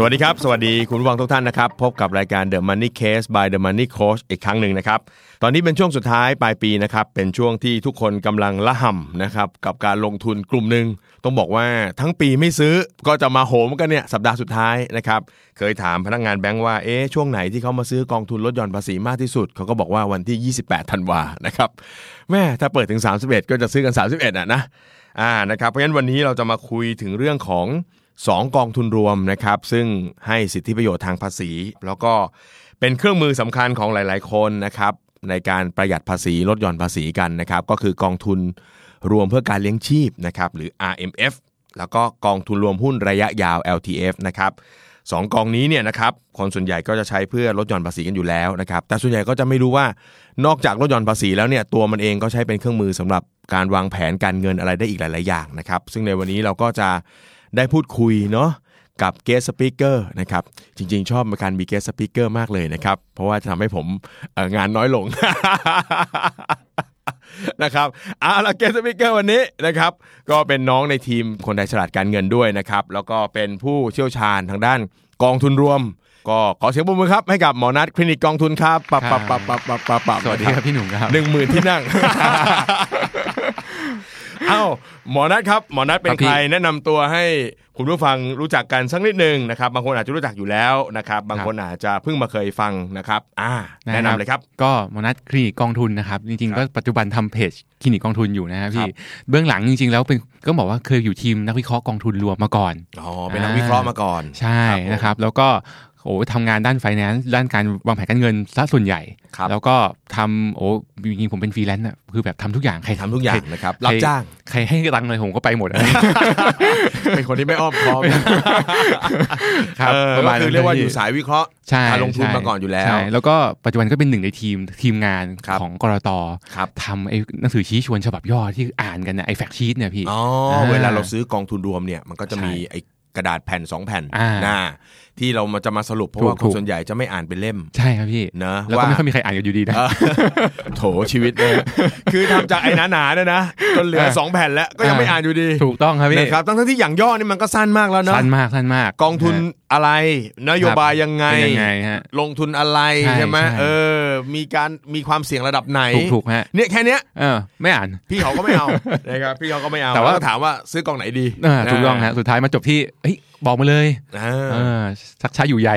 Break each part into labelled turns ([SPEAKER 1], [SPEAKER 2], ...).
[SPEAKER 1] สวัสดีครับ สวัสดีคุณผู้ฟังทุกท่านนะครับ พบกับรายการ The Money Case by The Money Coach อีกครั้งหนึ่งนะครับ ตอนนี้เป็นช่วงสุดท้ายปลายปีนะครับ เป็นช่วงที่ทุกคนกำลังละห่ำนะครับ กับการลงทุนกลุ่มหนึ่งต้องบอกว่าทั้งปีไม่ซื้อก็จะมาโหมกันเนี่ย สัปดาห์สุดท้ายนะครับ เคยถามพนักงานแบงก์ว่าเอ๊ะช่วงไหนที่เขามาซื้อกองทุนลดหย่อนภาษีมากที่สุดเขาก็บอกว่าวันที่ 28ธันวานะครับแม่ถ้าเปิดถึง 31 ก็จะซื้อกัน 31อ่ะนะอ่านะครับเพราะฉะนั้นวันนี้เราจะมาคุยถึงเรื่องของ สองกองทุนรวมนะครับ ซึ่งให้สิทธิประโยชน์ทางภาษี แล้วก็เป็นเครื่องมือสำคัญของหลายๆคนนะครับ ในการประหยัดภาษีลดหย่อนภาษีกันนะครับ ก็คือกองทุนรวมเพื่อการเลี้ยงชีพนะครับ หรือ RMF แล้วก็กองทุนรวมหุ้นระยะยาว LTF นะครับสองกองนี้เนี่ยนะครับคนส่วนใหญ่ก็จะใช้เพื่อลดหย่อนภาษีกันอยู่แล้วนะครับ แต่ส่วนใหญ่ก็จะไม่รู้ว่านอกจากลดหย่อนภาษีแล้วเนี่ยตัวมันเองก็ใช้เป็นเครื่องมือสำหรับการวางแผนการเงินอะไรได้อีกหลาย ๆ อย่างนะครับ ซึ่งในวันนี้เราก็จะ ได้พูดคุยเนาะกับเกสสปิเกอร์นะครับจริงๆ ชอบการมีเกสสปิเกอร์มากเลยนะครับ เพราะว่าจะทำให้ผมเอ่องานน้อยลง นะครับเอาละเกสสปิเกอร์วันนี้นะครับ ก็เป็นน้องในทีมคนไทยฉลาดการเงินด้วยนะครับ แล้วก็เป็นผู้เชี่ยวชาญทางด้านกองทุนรวม ก็ขอเสียงปรบมือครับ ให้กับหมอนัทคลินิกกองทุนครับปับปับปับปับปับปับปับ
[SPEAKER 2] สวัสดีครับพี่หนุ่มครับ
[SPEAKER 1] หนึ่งหมื่นที่นั่ง เอ้าหมอนัทครับหมอนัทเป็
[SPEAKER 2] ครั
[SPEAKER 1] น
[SPEAKER 2] บพี่
[SPEAKER 1] ใครแนะนำตัวให้คุณผู้ฟังรู้จักกันสักนิดหนึ่งนะครับบางคนอาจจะรู้จักอยู่แล้วนะครับ บางคนอาจจะเพิ่งมาเคยฟังนะครับ อ่า แนะนำเลยครับ
[SPEAKER 2] ก็มนัสคลินิกกองทุนนะครับจริง
[SPEAKER 1] ครั
[SPEAKER 2] ๆ
[SPEAKER 1] บ
[SPEAKER 2] ก็ปัจจุบันทำเพจคลินิกกองทุนอยู่นะครับ
[SPEAKER 1] ครั
[SPEAKER 2] พี่
[SPEAKER 1] บ
[SPEAKER 2] เบื้องหลังจริงๆ แล้วเป็นก็บอกว่าเคยอยู่ทีมนักวิเคราะห์กองทุนรวมมาก่อน
[SPEAKER 1] อ๋อเป็นนักวิเคราะห์มาก่อน
[SPEAKER 2] ใช่นะครับ แล้วก็โอ้ทำงานด้าน finance ด้านการวางแผนการเงินซะส่วนใหญ่
[SPEAKER 1] ครับ
[SPEAKER 2] แล้วก็ทำโอ้จริงๆผมเป็นฟรีแลนซ์อะคือแบบทำทุกอย่างใคร
[SPEAKER 1] ทำทุกอย่าง
[SPEAKER 2] ใค
[SPEAKER 1] นะครับ
[SPEAKER 2] ใค
[SPEAKER 1] รับจ้าง
[SPEAKER 2] ใครให้ตังค์เลยผมก็ไปหมดอะ
[SPEAKER 1] เป็นคนที่ไม่อ้อมค้อม
[SPEAKER 2] ครับ
[SPEAKER 1] เออ
[SPEAKER 2] ประมาณ
[SPEAKER 1] ก็คือ
[SPEAKER 2] นั้น
[SPEAKER 1] เรียกว่า
[SPEAKER 2] พี่
[SPEAKER 1] อยู่สายวิเคราะห์
[SPEAKER 2] ใช่
[SPEAKER 1] การลงทุน
[SPEAKER 2] ใช่
[SPEAKER 1] มาก่อนอยู่แล้ว
[SPEAKER 2] ใช่แล้วก็ปัจจุบันก็เป็นหนึ่งในทีมทีมงาน
[SPEAKER 1] ครับ
[SPEAKER 2] ของกรต
[SPEAKER 1] ครับ
[SPEAKER 2] ทำไอ้หนังสือชี้ชวนฉบับย่อที่อ่านกันนะไอ้แฟกชีตเนี่ยพี่
[SPEAKER 1] อ๋อ
[SPEAKER 2] อ่า
[SPEAKER 1] เวลาเราซื้อกองทุนรวมเนี่ยมันก็จะ
[SPEAKER 2] ใช่
[SPEAKER 1] มีไอ้กระดาษแผ่นสองแผ่น
[SPEAKER 2] อ่า
[SPEAKER 1] หน้าที่เรามาจะมาสรุปเพราะว่าคน
[SPEAKER 2] ถูกถูก
[SPEAKER 1] ส่วนใหญ่จะไม่อ่านเป็นเล่ม
[SPEAKER 2] ใช่ครับพี่
[SPEAKER 1] เนอะ
[SPEAKER 2] แล้วก็
[SPEAKER 1] ว่า
[SPEAKER 2] ไม่ค่อยมีใครอ่านกันอยู่ดีนะ
[SPEAKER 1] เออ โถชีวิตเลยคือทำจากไอ้หนาๆเนี่ยนะจนเหลือ
[SPEAKER 2] เออ
[SPEAKER 1] สองแผ่นแล้วก็ยังไม่อ่านอยู่ดี
[SPEAKER 2] ถูกต้องครับพี่
[SPEAKER 1] นะครับทั้งๆที่อย่างย่อนี่มันก็สั้นมากแล้วเนอะ
[SPEAKER 2] สั้นมากสั้นมาก
[SPEAKER 1] กองทุนอะไรนโยบายยังไง
[SPEAKER 2] ฮะเป็นยังไงฮะ
[SPEAKER 1] ลงทุนอะไร
[SPEAKER 2] ใช่
[SPEAKER 1] ใช่ไหม
[SPEAKER 2] ใช่
[SPEAKER 1] เออ มีการมีความเสี่ยงระดับไหน
[SPEAKER 2] ถูกถูกฮะ
[SPEAKER 1] เนี่ยแค่เนี้ย
[SPEAKER 2] เออไม่อ่าน
[SPEAKER 1] พี่เขาก็ไม่เอา นะครับพี่เขาก็ไม่เอา
[SPEAKER 2] แต่ว่า
[SPEAKER 1] ล้ก็ถามว่าซื้อกองไหนดี
[SPEAKER 2] อ่าถูกต้องฮะสุดท้ายมาจบที่เฮ้ยบอกมาเลย
[SPEAKER 1] อ่า
[SPEAKER 2] เออสักช้าอยู่ใหญ่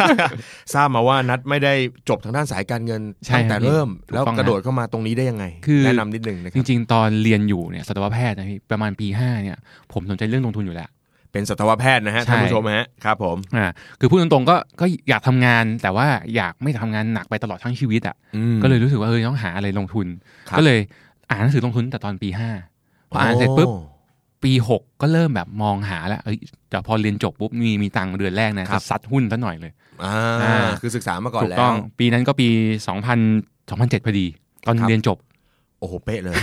[SPEAKER 1] ทราบมาว่านัทไม่ได้จบทางด้านสายการเงิน
[SPEAKER 2] ใช่
[SPEAKER 1] ตั้งแต่
[SPEAKER 2] ครับ
[SPEAKER 1] เริ่ม แล้ว
[SPEAKER 2] ถูกต้อง
[SPEAKER 1] กระโดดเข้ามาตรงนี้ได้ยังไง
[SPEAKER 2] คือ
[SPEAKER 1] แนะนำนิดนึงนะค
[SPEAKER 2] จ
[SPEAKER 1] รับ
[SPEAKER 2] ริง ๆ ตอนเรียนอยู่เนี่ยสัตวแพทย์นะพี่ประมาณปี5เนี่ยผมสนใจเรื่องลงทุนอยู่แล้ว
[SPEAKER 1] เป็นสัตวแพทย์นะฮะ
[SPEAKER 2] ใช่
[SPEAKER 1] ท่านผู้ชมฮะครับผม
[SPEAKER 2] อ่าคือพูดตรงๆก็ก็อยากทำงานแต่ว่าอยากไม่ทำงานหนักไปตลอดทั้งชีวิตอ่ะ ก็เลยรู้สึกว่าเออต้องหาอะไรลงทุน
[SPEAKER 1] ครับ
[SPEAKER 2] ก็เลยอ่านหนังสือลงทุนแต่ตอนปีห้าพออ่านเสร็จปุ๊บ
[SPEAKER 1] โอ้
[SPEAKER 2] ปีหกก็เริ่มแบบมองหาแล้วเอ้ยแต่พอเรียนจบปุ๊บมีมีตังค์เดือนแรกนะครับ จะซัดหุ้นซะหน่อยเลย
[SPEAKER 1] อ่า
[SPEAKER 2] อ่า
[SPEAKER 1] คือศึกษามาก่อน
[SPEAKER 2] ถูก
[SPEAKER 1] แล้
[SPEAKER 2] ต้อ
[SPEAKER 1] ว
[SPEAKER 2] งปีนั้นก็ปี 2000 2007พอดี ตอน
[SPEAKER 1] ครับ
[SPEAKER 2] เรียนจบ
[SPEAKER 1] โอ้โหเป๊ะ เลย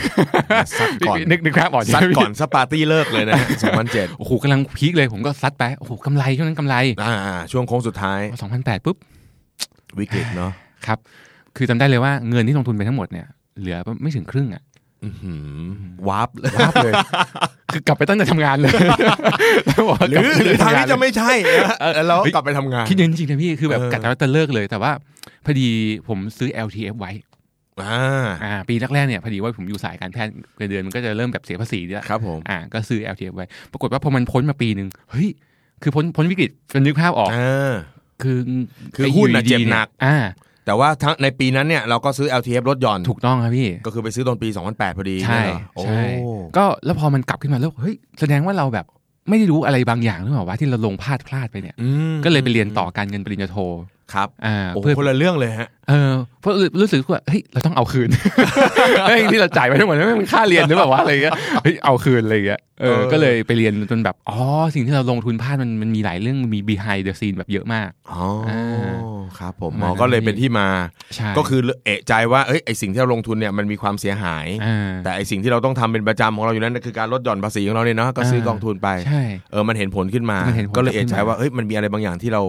[SPEAKER 1] ซัดก่อน
[SPEAKER 2] นึกนึกครับอ่อน
[SPEAKER 1] ซัดก่อน
[SPEAKER 2] ใช่ไหม
[SPEAKER 1] สปาร์ตี้เลิกเลยนะสองพันเจ็ด
[SPEAKER 2] โอ้โหกำลังพีคเลยผมก็ซัดไปโอ้โหกำไรช่วงนั้นกำไร
[SPEAKER 1] อ่าช่วงโค้งสุดท้าย
[SPEAKER 2] พอ2008ปุ๊บ
[SPEAKER 1] วิกฤตเนาะ
[SPEAKER 2] ครับ คือจำได้เลยว่าเงินที่ลงทุนไปทั้งหมดเนี่ยเหลือไม่ถึงครึ่งอ่ะ
[SPEAKER 1] อื้อหือวาร์ปเลยวาร์ป เลย
[SPEAKER 2] คือกลับไปตั้งแต่ทำงาน เลย
[SPEAKER 1] หรือหรือทางนี้จะไม่ใช่นะ แล้วกลับไปทำงาน
[SPEAKER 2] คิดเยอะจริงๆนะพี่คือแบบ
[SPEAKER 1] เออ
[SPEAKER 2] กะจะเลิกเลยแต่ว่าพอดีผมซื้อ LTF ไว้
[SPEAKER 1] อ่า
[SPEAKER 2] อ่าปีแรกๆเนี่ยพอดีว่าผมอยู่สายการแพทย์เงินเดือนมันก็จะเริ่มแบบเสียภาษีแล้ว
[SPEAKER 1] ครับผม
[SPEAKER 2] อ่าก็ซื้อ LTF ไว้ ปรากฏว่าพอมันพ้นมาปีหนึ่งเฮ้ยคือพ้นพ้นวิกฤตเป็นนึกภาพออก
[SPEAKER 1] อ่า
[SPEAKER 2] คือ
[SPEAKER 1] คือ
[SPEAKER 2] ไ
[SPEAKER 1] หุ้นน่ะ
[SPEAKER 2] อยู่ดี
[SPEAKER 1] เจ็บหนัก
[SPEAKER 2] ยอ่า
[SPEAKER 1] แต่ว่าทั้งในปีนั้นเนี่ยเราก็ซื้อ LTF ลดหย่อน
[SPEAKER 2] ถูกต้องครับพี่
[SPEAKER 1] ก็คือไปซื้อตอนปี 2008 พอดี
[SPEAKER 2] ใช่
[SPEAKER 1] เนี่ยเหรอโอ้
[SPEAKER 2] ใช่ก็แล้วพอมันกลับขึ้นมาแล้วเฮ้ยแสดงว่าเราแบบไม่ได้รู้อะไรบางอย่างหรือเปล่าวะที่เราลงพลาดพลาดไปเนี่ย
[SPEAKER 1] อืม
[SPEAKER 2] ก็เลยไปเรียนต่อการเงินปริญญาโท
[SPEAKER 1] ครับ
[SPEAKER 2] อ่า
[SPEAKER 1] โอ้โห
[SPEAKER 2] เพื่อ
[SPEAKER 1] คนละเรื่องเลยฮะ
[SPEAKER 2] เออเพราะรู้สึกว่าเฮ้ยเราต้องเอา คืน เฮ้ยที่เราจ่ายไปทั้งหมดนั่นมันค่าเรียนหรือเปล่าวะอะไร เงี้ยเฮ้ยเอาคืนอะไรเงี้ยเออ
[SPEAKER 1] เออ
[SPEAKER 2] ก็เลยไปเรียนจนแบบอ๋อสิ่งที่เราลงทุนพลาดมันมันมีหลายเรื่องมี behind the scene แบบเยอะมาก
[SPEAKER 1] อ๋ออา ครับผม
[SPEAKER 2] ประ
[SPEAKER 1] หม
[SPEAKER 2] มา
[SPEAKER 1] อ
[SPEAKER 2] ณ
[SPEAKER 1] ก็เลย
[SPEAKER 2] นั้นพี่
[SPEAKER 1] เป็นที่มา
[SPEAKER 2] ใช่
[SPEAKER 1] ก็คือเอะใจว่าเอ้ยไอสิ่งที่เราลงทุนเนี่ยมันมีความเสียหาย
[SPEAKER 2] อ่า
[SPEAKER 1] แต่ไอสิ่งที่เราต้องทำเป็นประจำของเราอยู่นั้นนะคือการลดหย่อนภาษีของเราเนี่ยเนาะก็ซื้อ
[SPEAKER 2] เออ
[SPEAKER 1] กองทุนไป
[SPEAKER 2] ใช่
[SPEAKER 1] เออมันเห็นผลขึ้นมาน
[SPEAKER 2] เห็นผล
[SPEAKER 1] ก็เลยเอะ
[SPEAKER 2] ขึ้น
[SPEAKER 1] ใจ
[SPEAKER 2] มา
[SPEAKER 1] ว่าเอ้ยมันมีอะไรบางอย่างที่เรา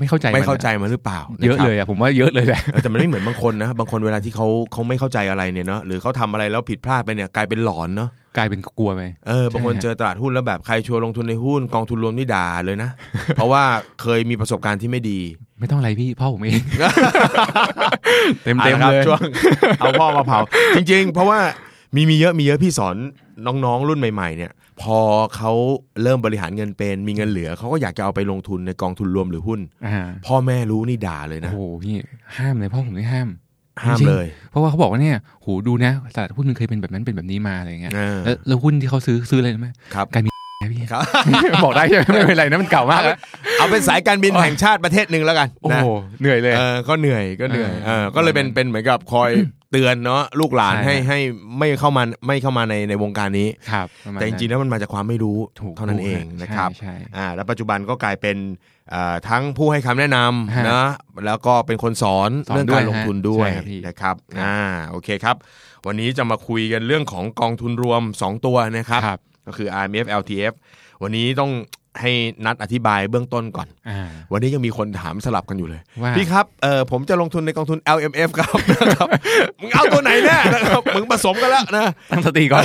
[SPEAKER 2] ไม่เข้าใจ
[SPEAKER 1] ไม่
[SPEAKER 2] น
[SPEAKER 1] เข้าใจมันหรือเปล่า
[SPEAKER 2] เยอะ
[SPEAKER 1] นครับ
[SPEAKER 2] เลยอะผมว่าเยอะเลยแหละ
[SPEAKER 1] เออแต่มันไม่เห มือนบางคนนะ บางคนเวลาที่เขาเขาไม่เข้าใจอะไรเนี่ยเนาะหรือเขาทำอะไรแล้วผิดพลาดไปเนี่ยกลายเป็นหลอนเนาะ
[SPEAKER 2] กลายเป็นกลัวไป
[SPEAKER 1] เออบางคน
[SPEAKER 2] ใช่ฮะ
[SPEAKER 1] เจอตลาดหุ้นแล้วแบบใครชวนลงทุนในหุ้นกองทุนรวมนี่ด่าเลยนะ เพราะว่าเคยมีประสบการณ์ที่ไม่ดี
[SPEAKER 2] ไม่ต้องอะไรพี่พ่อผมเอง เต็ มเต็ม
[SPEAKER 1] อาะครับ
[SPEAKER 2] เลย
[SPEAKER 1] ช่วง เอาพ่อมาเผา จริง ๆ เพราะว่ามีมีเยอะมีเยอะพี่สอนน้องๆ รุ่นใหม่ๆเนี่ย พอเขาเริ่มบริหารเงินเป็น มีเงินเหลือเขาก็อยากจะเอาไปลงทุนในกองทุนรวมหรือหุ้น
[SPEAKER 2] อ่า
[SPEAKER 1] พ่อแม่รู้นี่ด่าเลย
[SPEAKER 2] โอ้
[SPEAKER 1] นะ
[SPEAKER 2] โหพี่ห้ามเลยพ่อผมไม่ห้าม
[SPEAKER 1] ห้าม
[SPEAKER 2] จริง
[SPEAKER 1] เลย
[SPEAKER 2] เพราะว่าเขาบอกว่าเนี่ยโหดูนะตลาดหุ้นมันเคยเป็นแบบนั้นเป็นแบบนี้มาอะไรอย่างเงี้ย
[SPEAKER 1] เออ
[SPEAKER 2] แล้วแล้วหุ้นที่เขาซื้อซื้ออะไรรู้ไหม
[SPEAKER 1] ครับ
[SPEAKER 2] การบิน นะพี่ บอกได้ใช่ไหมไม่เป็นไรนะมันเก่ามากแล้ว
[SPEAKER 1] เอาเป็นส ายการบินแห่งชาติประเทศหนึ่งแล้วกัน
[SPEAKER 2] โอ้
[SPEAKER 1] นะ
[SPEAKER 2] โหเหนื่อยเลย
[SPEAKER 1] เออก็เหนื่อยก็เหนื่อย
[SPEAKER 2] เออ
[SPEAKER 1] เออก็เลยเป็นเป็นเหมือนกับคอยเตือนเนาะลูกหลาน
[SPEAKER 2] ใช่
[SPEAKER 1] ให้
[SPEAKER 2] ฮะ
[SPEAKER 1] ให้ไม่เข้ามาไม่เข้ามาในในวงการนี้
[SPEAKER 2] ครับประมาณ
[SPEAKER 1] แต่จริงๆแล้วมันมาจากความไม่รู้เท่านั้นเองนะครับ
[SPEAKER 2] ใช่ใช่
[SPEAKER 1] อ่าแล้วปัจจุบันก็กลายเป็นเอ่อทั้งผู้ให้คำแนะน
[SPEAKER 2] ฮะ
[SPEAKER 1] ำนะแล้วก็เป็นคนสอน
[SPEAKER 2] สอน
[SPEAKER 1] เรื่องการลงทุนด้
[SPEAKER 2] ด้
[SPEAKER 1] ว
[SPEAKER 2] วย ยฮะใช่ครับพี่
[SPEAKER 1] นะครับ
[SPEAKER 2] ครับ
[SPEAKER 1] อ่าโอเคครับ วันนี้จะมาคุยกันเรื่องของกองทุนรวม 2 ตัวนะครับ
[SPEAKER 2] ครับ
[SPEAKER 1] ก็คือ RMF LTF วันนี้ต้องให้นัดอธิบายเบื้องต้นก่อน
[SPEAKER 2] อ่า
[SPEAKER 1] วันนี้ยังมีคนถามสลับกันอยู่เลย
[SPEAKER 2] ว่า
[SPEAKER 1] พี่ครับ เออผมจะลงทุนในกองทุน LMF ครับ นะครับมึงเอาตัวไหนแน่นะครับ มึงผสมกันแล้วนะ
[SPEAKER 2] ตั้งสติก่อน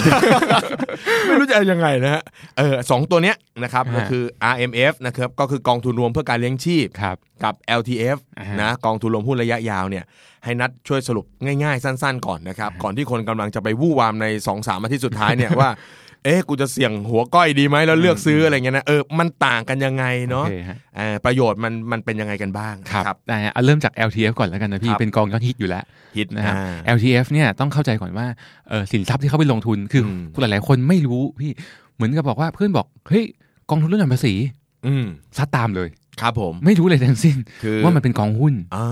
[SPEAKER 1] ไม่รู้จะเอายังไงนะฮะ เออสองตัวเนี้ยนะครับ ก็
[SPEAKER 2] ฮะ
[SPEAKER 1] คือ RMF นะครับ ก็คือกองทุนรวมเพื่อการเลี้ยงชีพ
[SPEAKER 2] ครับ
[SPEAKER 1] กับ LTF
[SPEAKER 2] อ่าฮะ
[SPEAKER 1] นะกองทุนรวมหุ้นระยะยาวเนี่ย ให้นัดช่วยสรุปง่ายๆ สั้นๆ ก่อนนะครับ ก่อนที่คนกำลังจะไปวู่วามใน2อสามอาทิตย์สุดท้าย เนี่ย ว่า เอ๊ะกูจะเสี่ยงหัวก้อยดีไหมแล้วเลือกซื้ออะไรเงี้ยนะเออมันต่างกันยังไงเนาะ
[SPEAKER 2] โอเคฮะ
[SPEAKER 1] เออประโยชน์มันมันเป็นยังไงกันบ้างนะ
[SPEAKER 2] ครับแต่เอาเริ่มจาก LTF ก่อนแล้วกันนะ
[SPEAKER 1] ค
[SPEAKER 2] พี่
[SPEAKER 1] รับ
[SPEAKER 2] เป็นกองยอดฮิตอยู่แล้ว
[SPEAKER 1] ฮิตนะ
[SPEAKER 2] นะครับ
[SPEAKER 1] อ่า
[SPEAKER 2] LTF เนี่ยต้องเข้าใจก่อนว่าเอ่อสินทรัพย์ที่เขาไปลงทุนคืออ
[SPEAKER 1] ม
[SPEAKER 2] หลายๆคนไม่รู้พี่เหมือนกับบอกว่าเพื่อนบอกเฮ้ยกองทุนลดหย่อนภาษี
[SPEAKER 1] อืม
[SPEAKER 2] ซัดตามเลย
[SPEAKER 1] ครับผม
[SPEAKER 2] ไม่รู้เลยทั้งสิ้น
[SPEAKER 1] คือ
[SPEAKER 2] ว่ามันเป็นกองหุ้น
[SPEAKER 1] อ่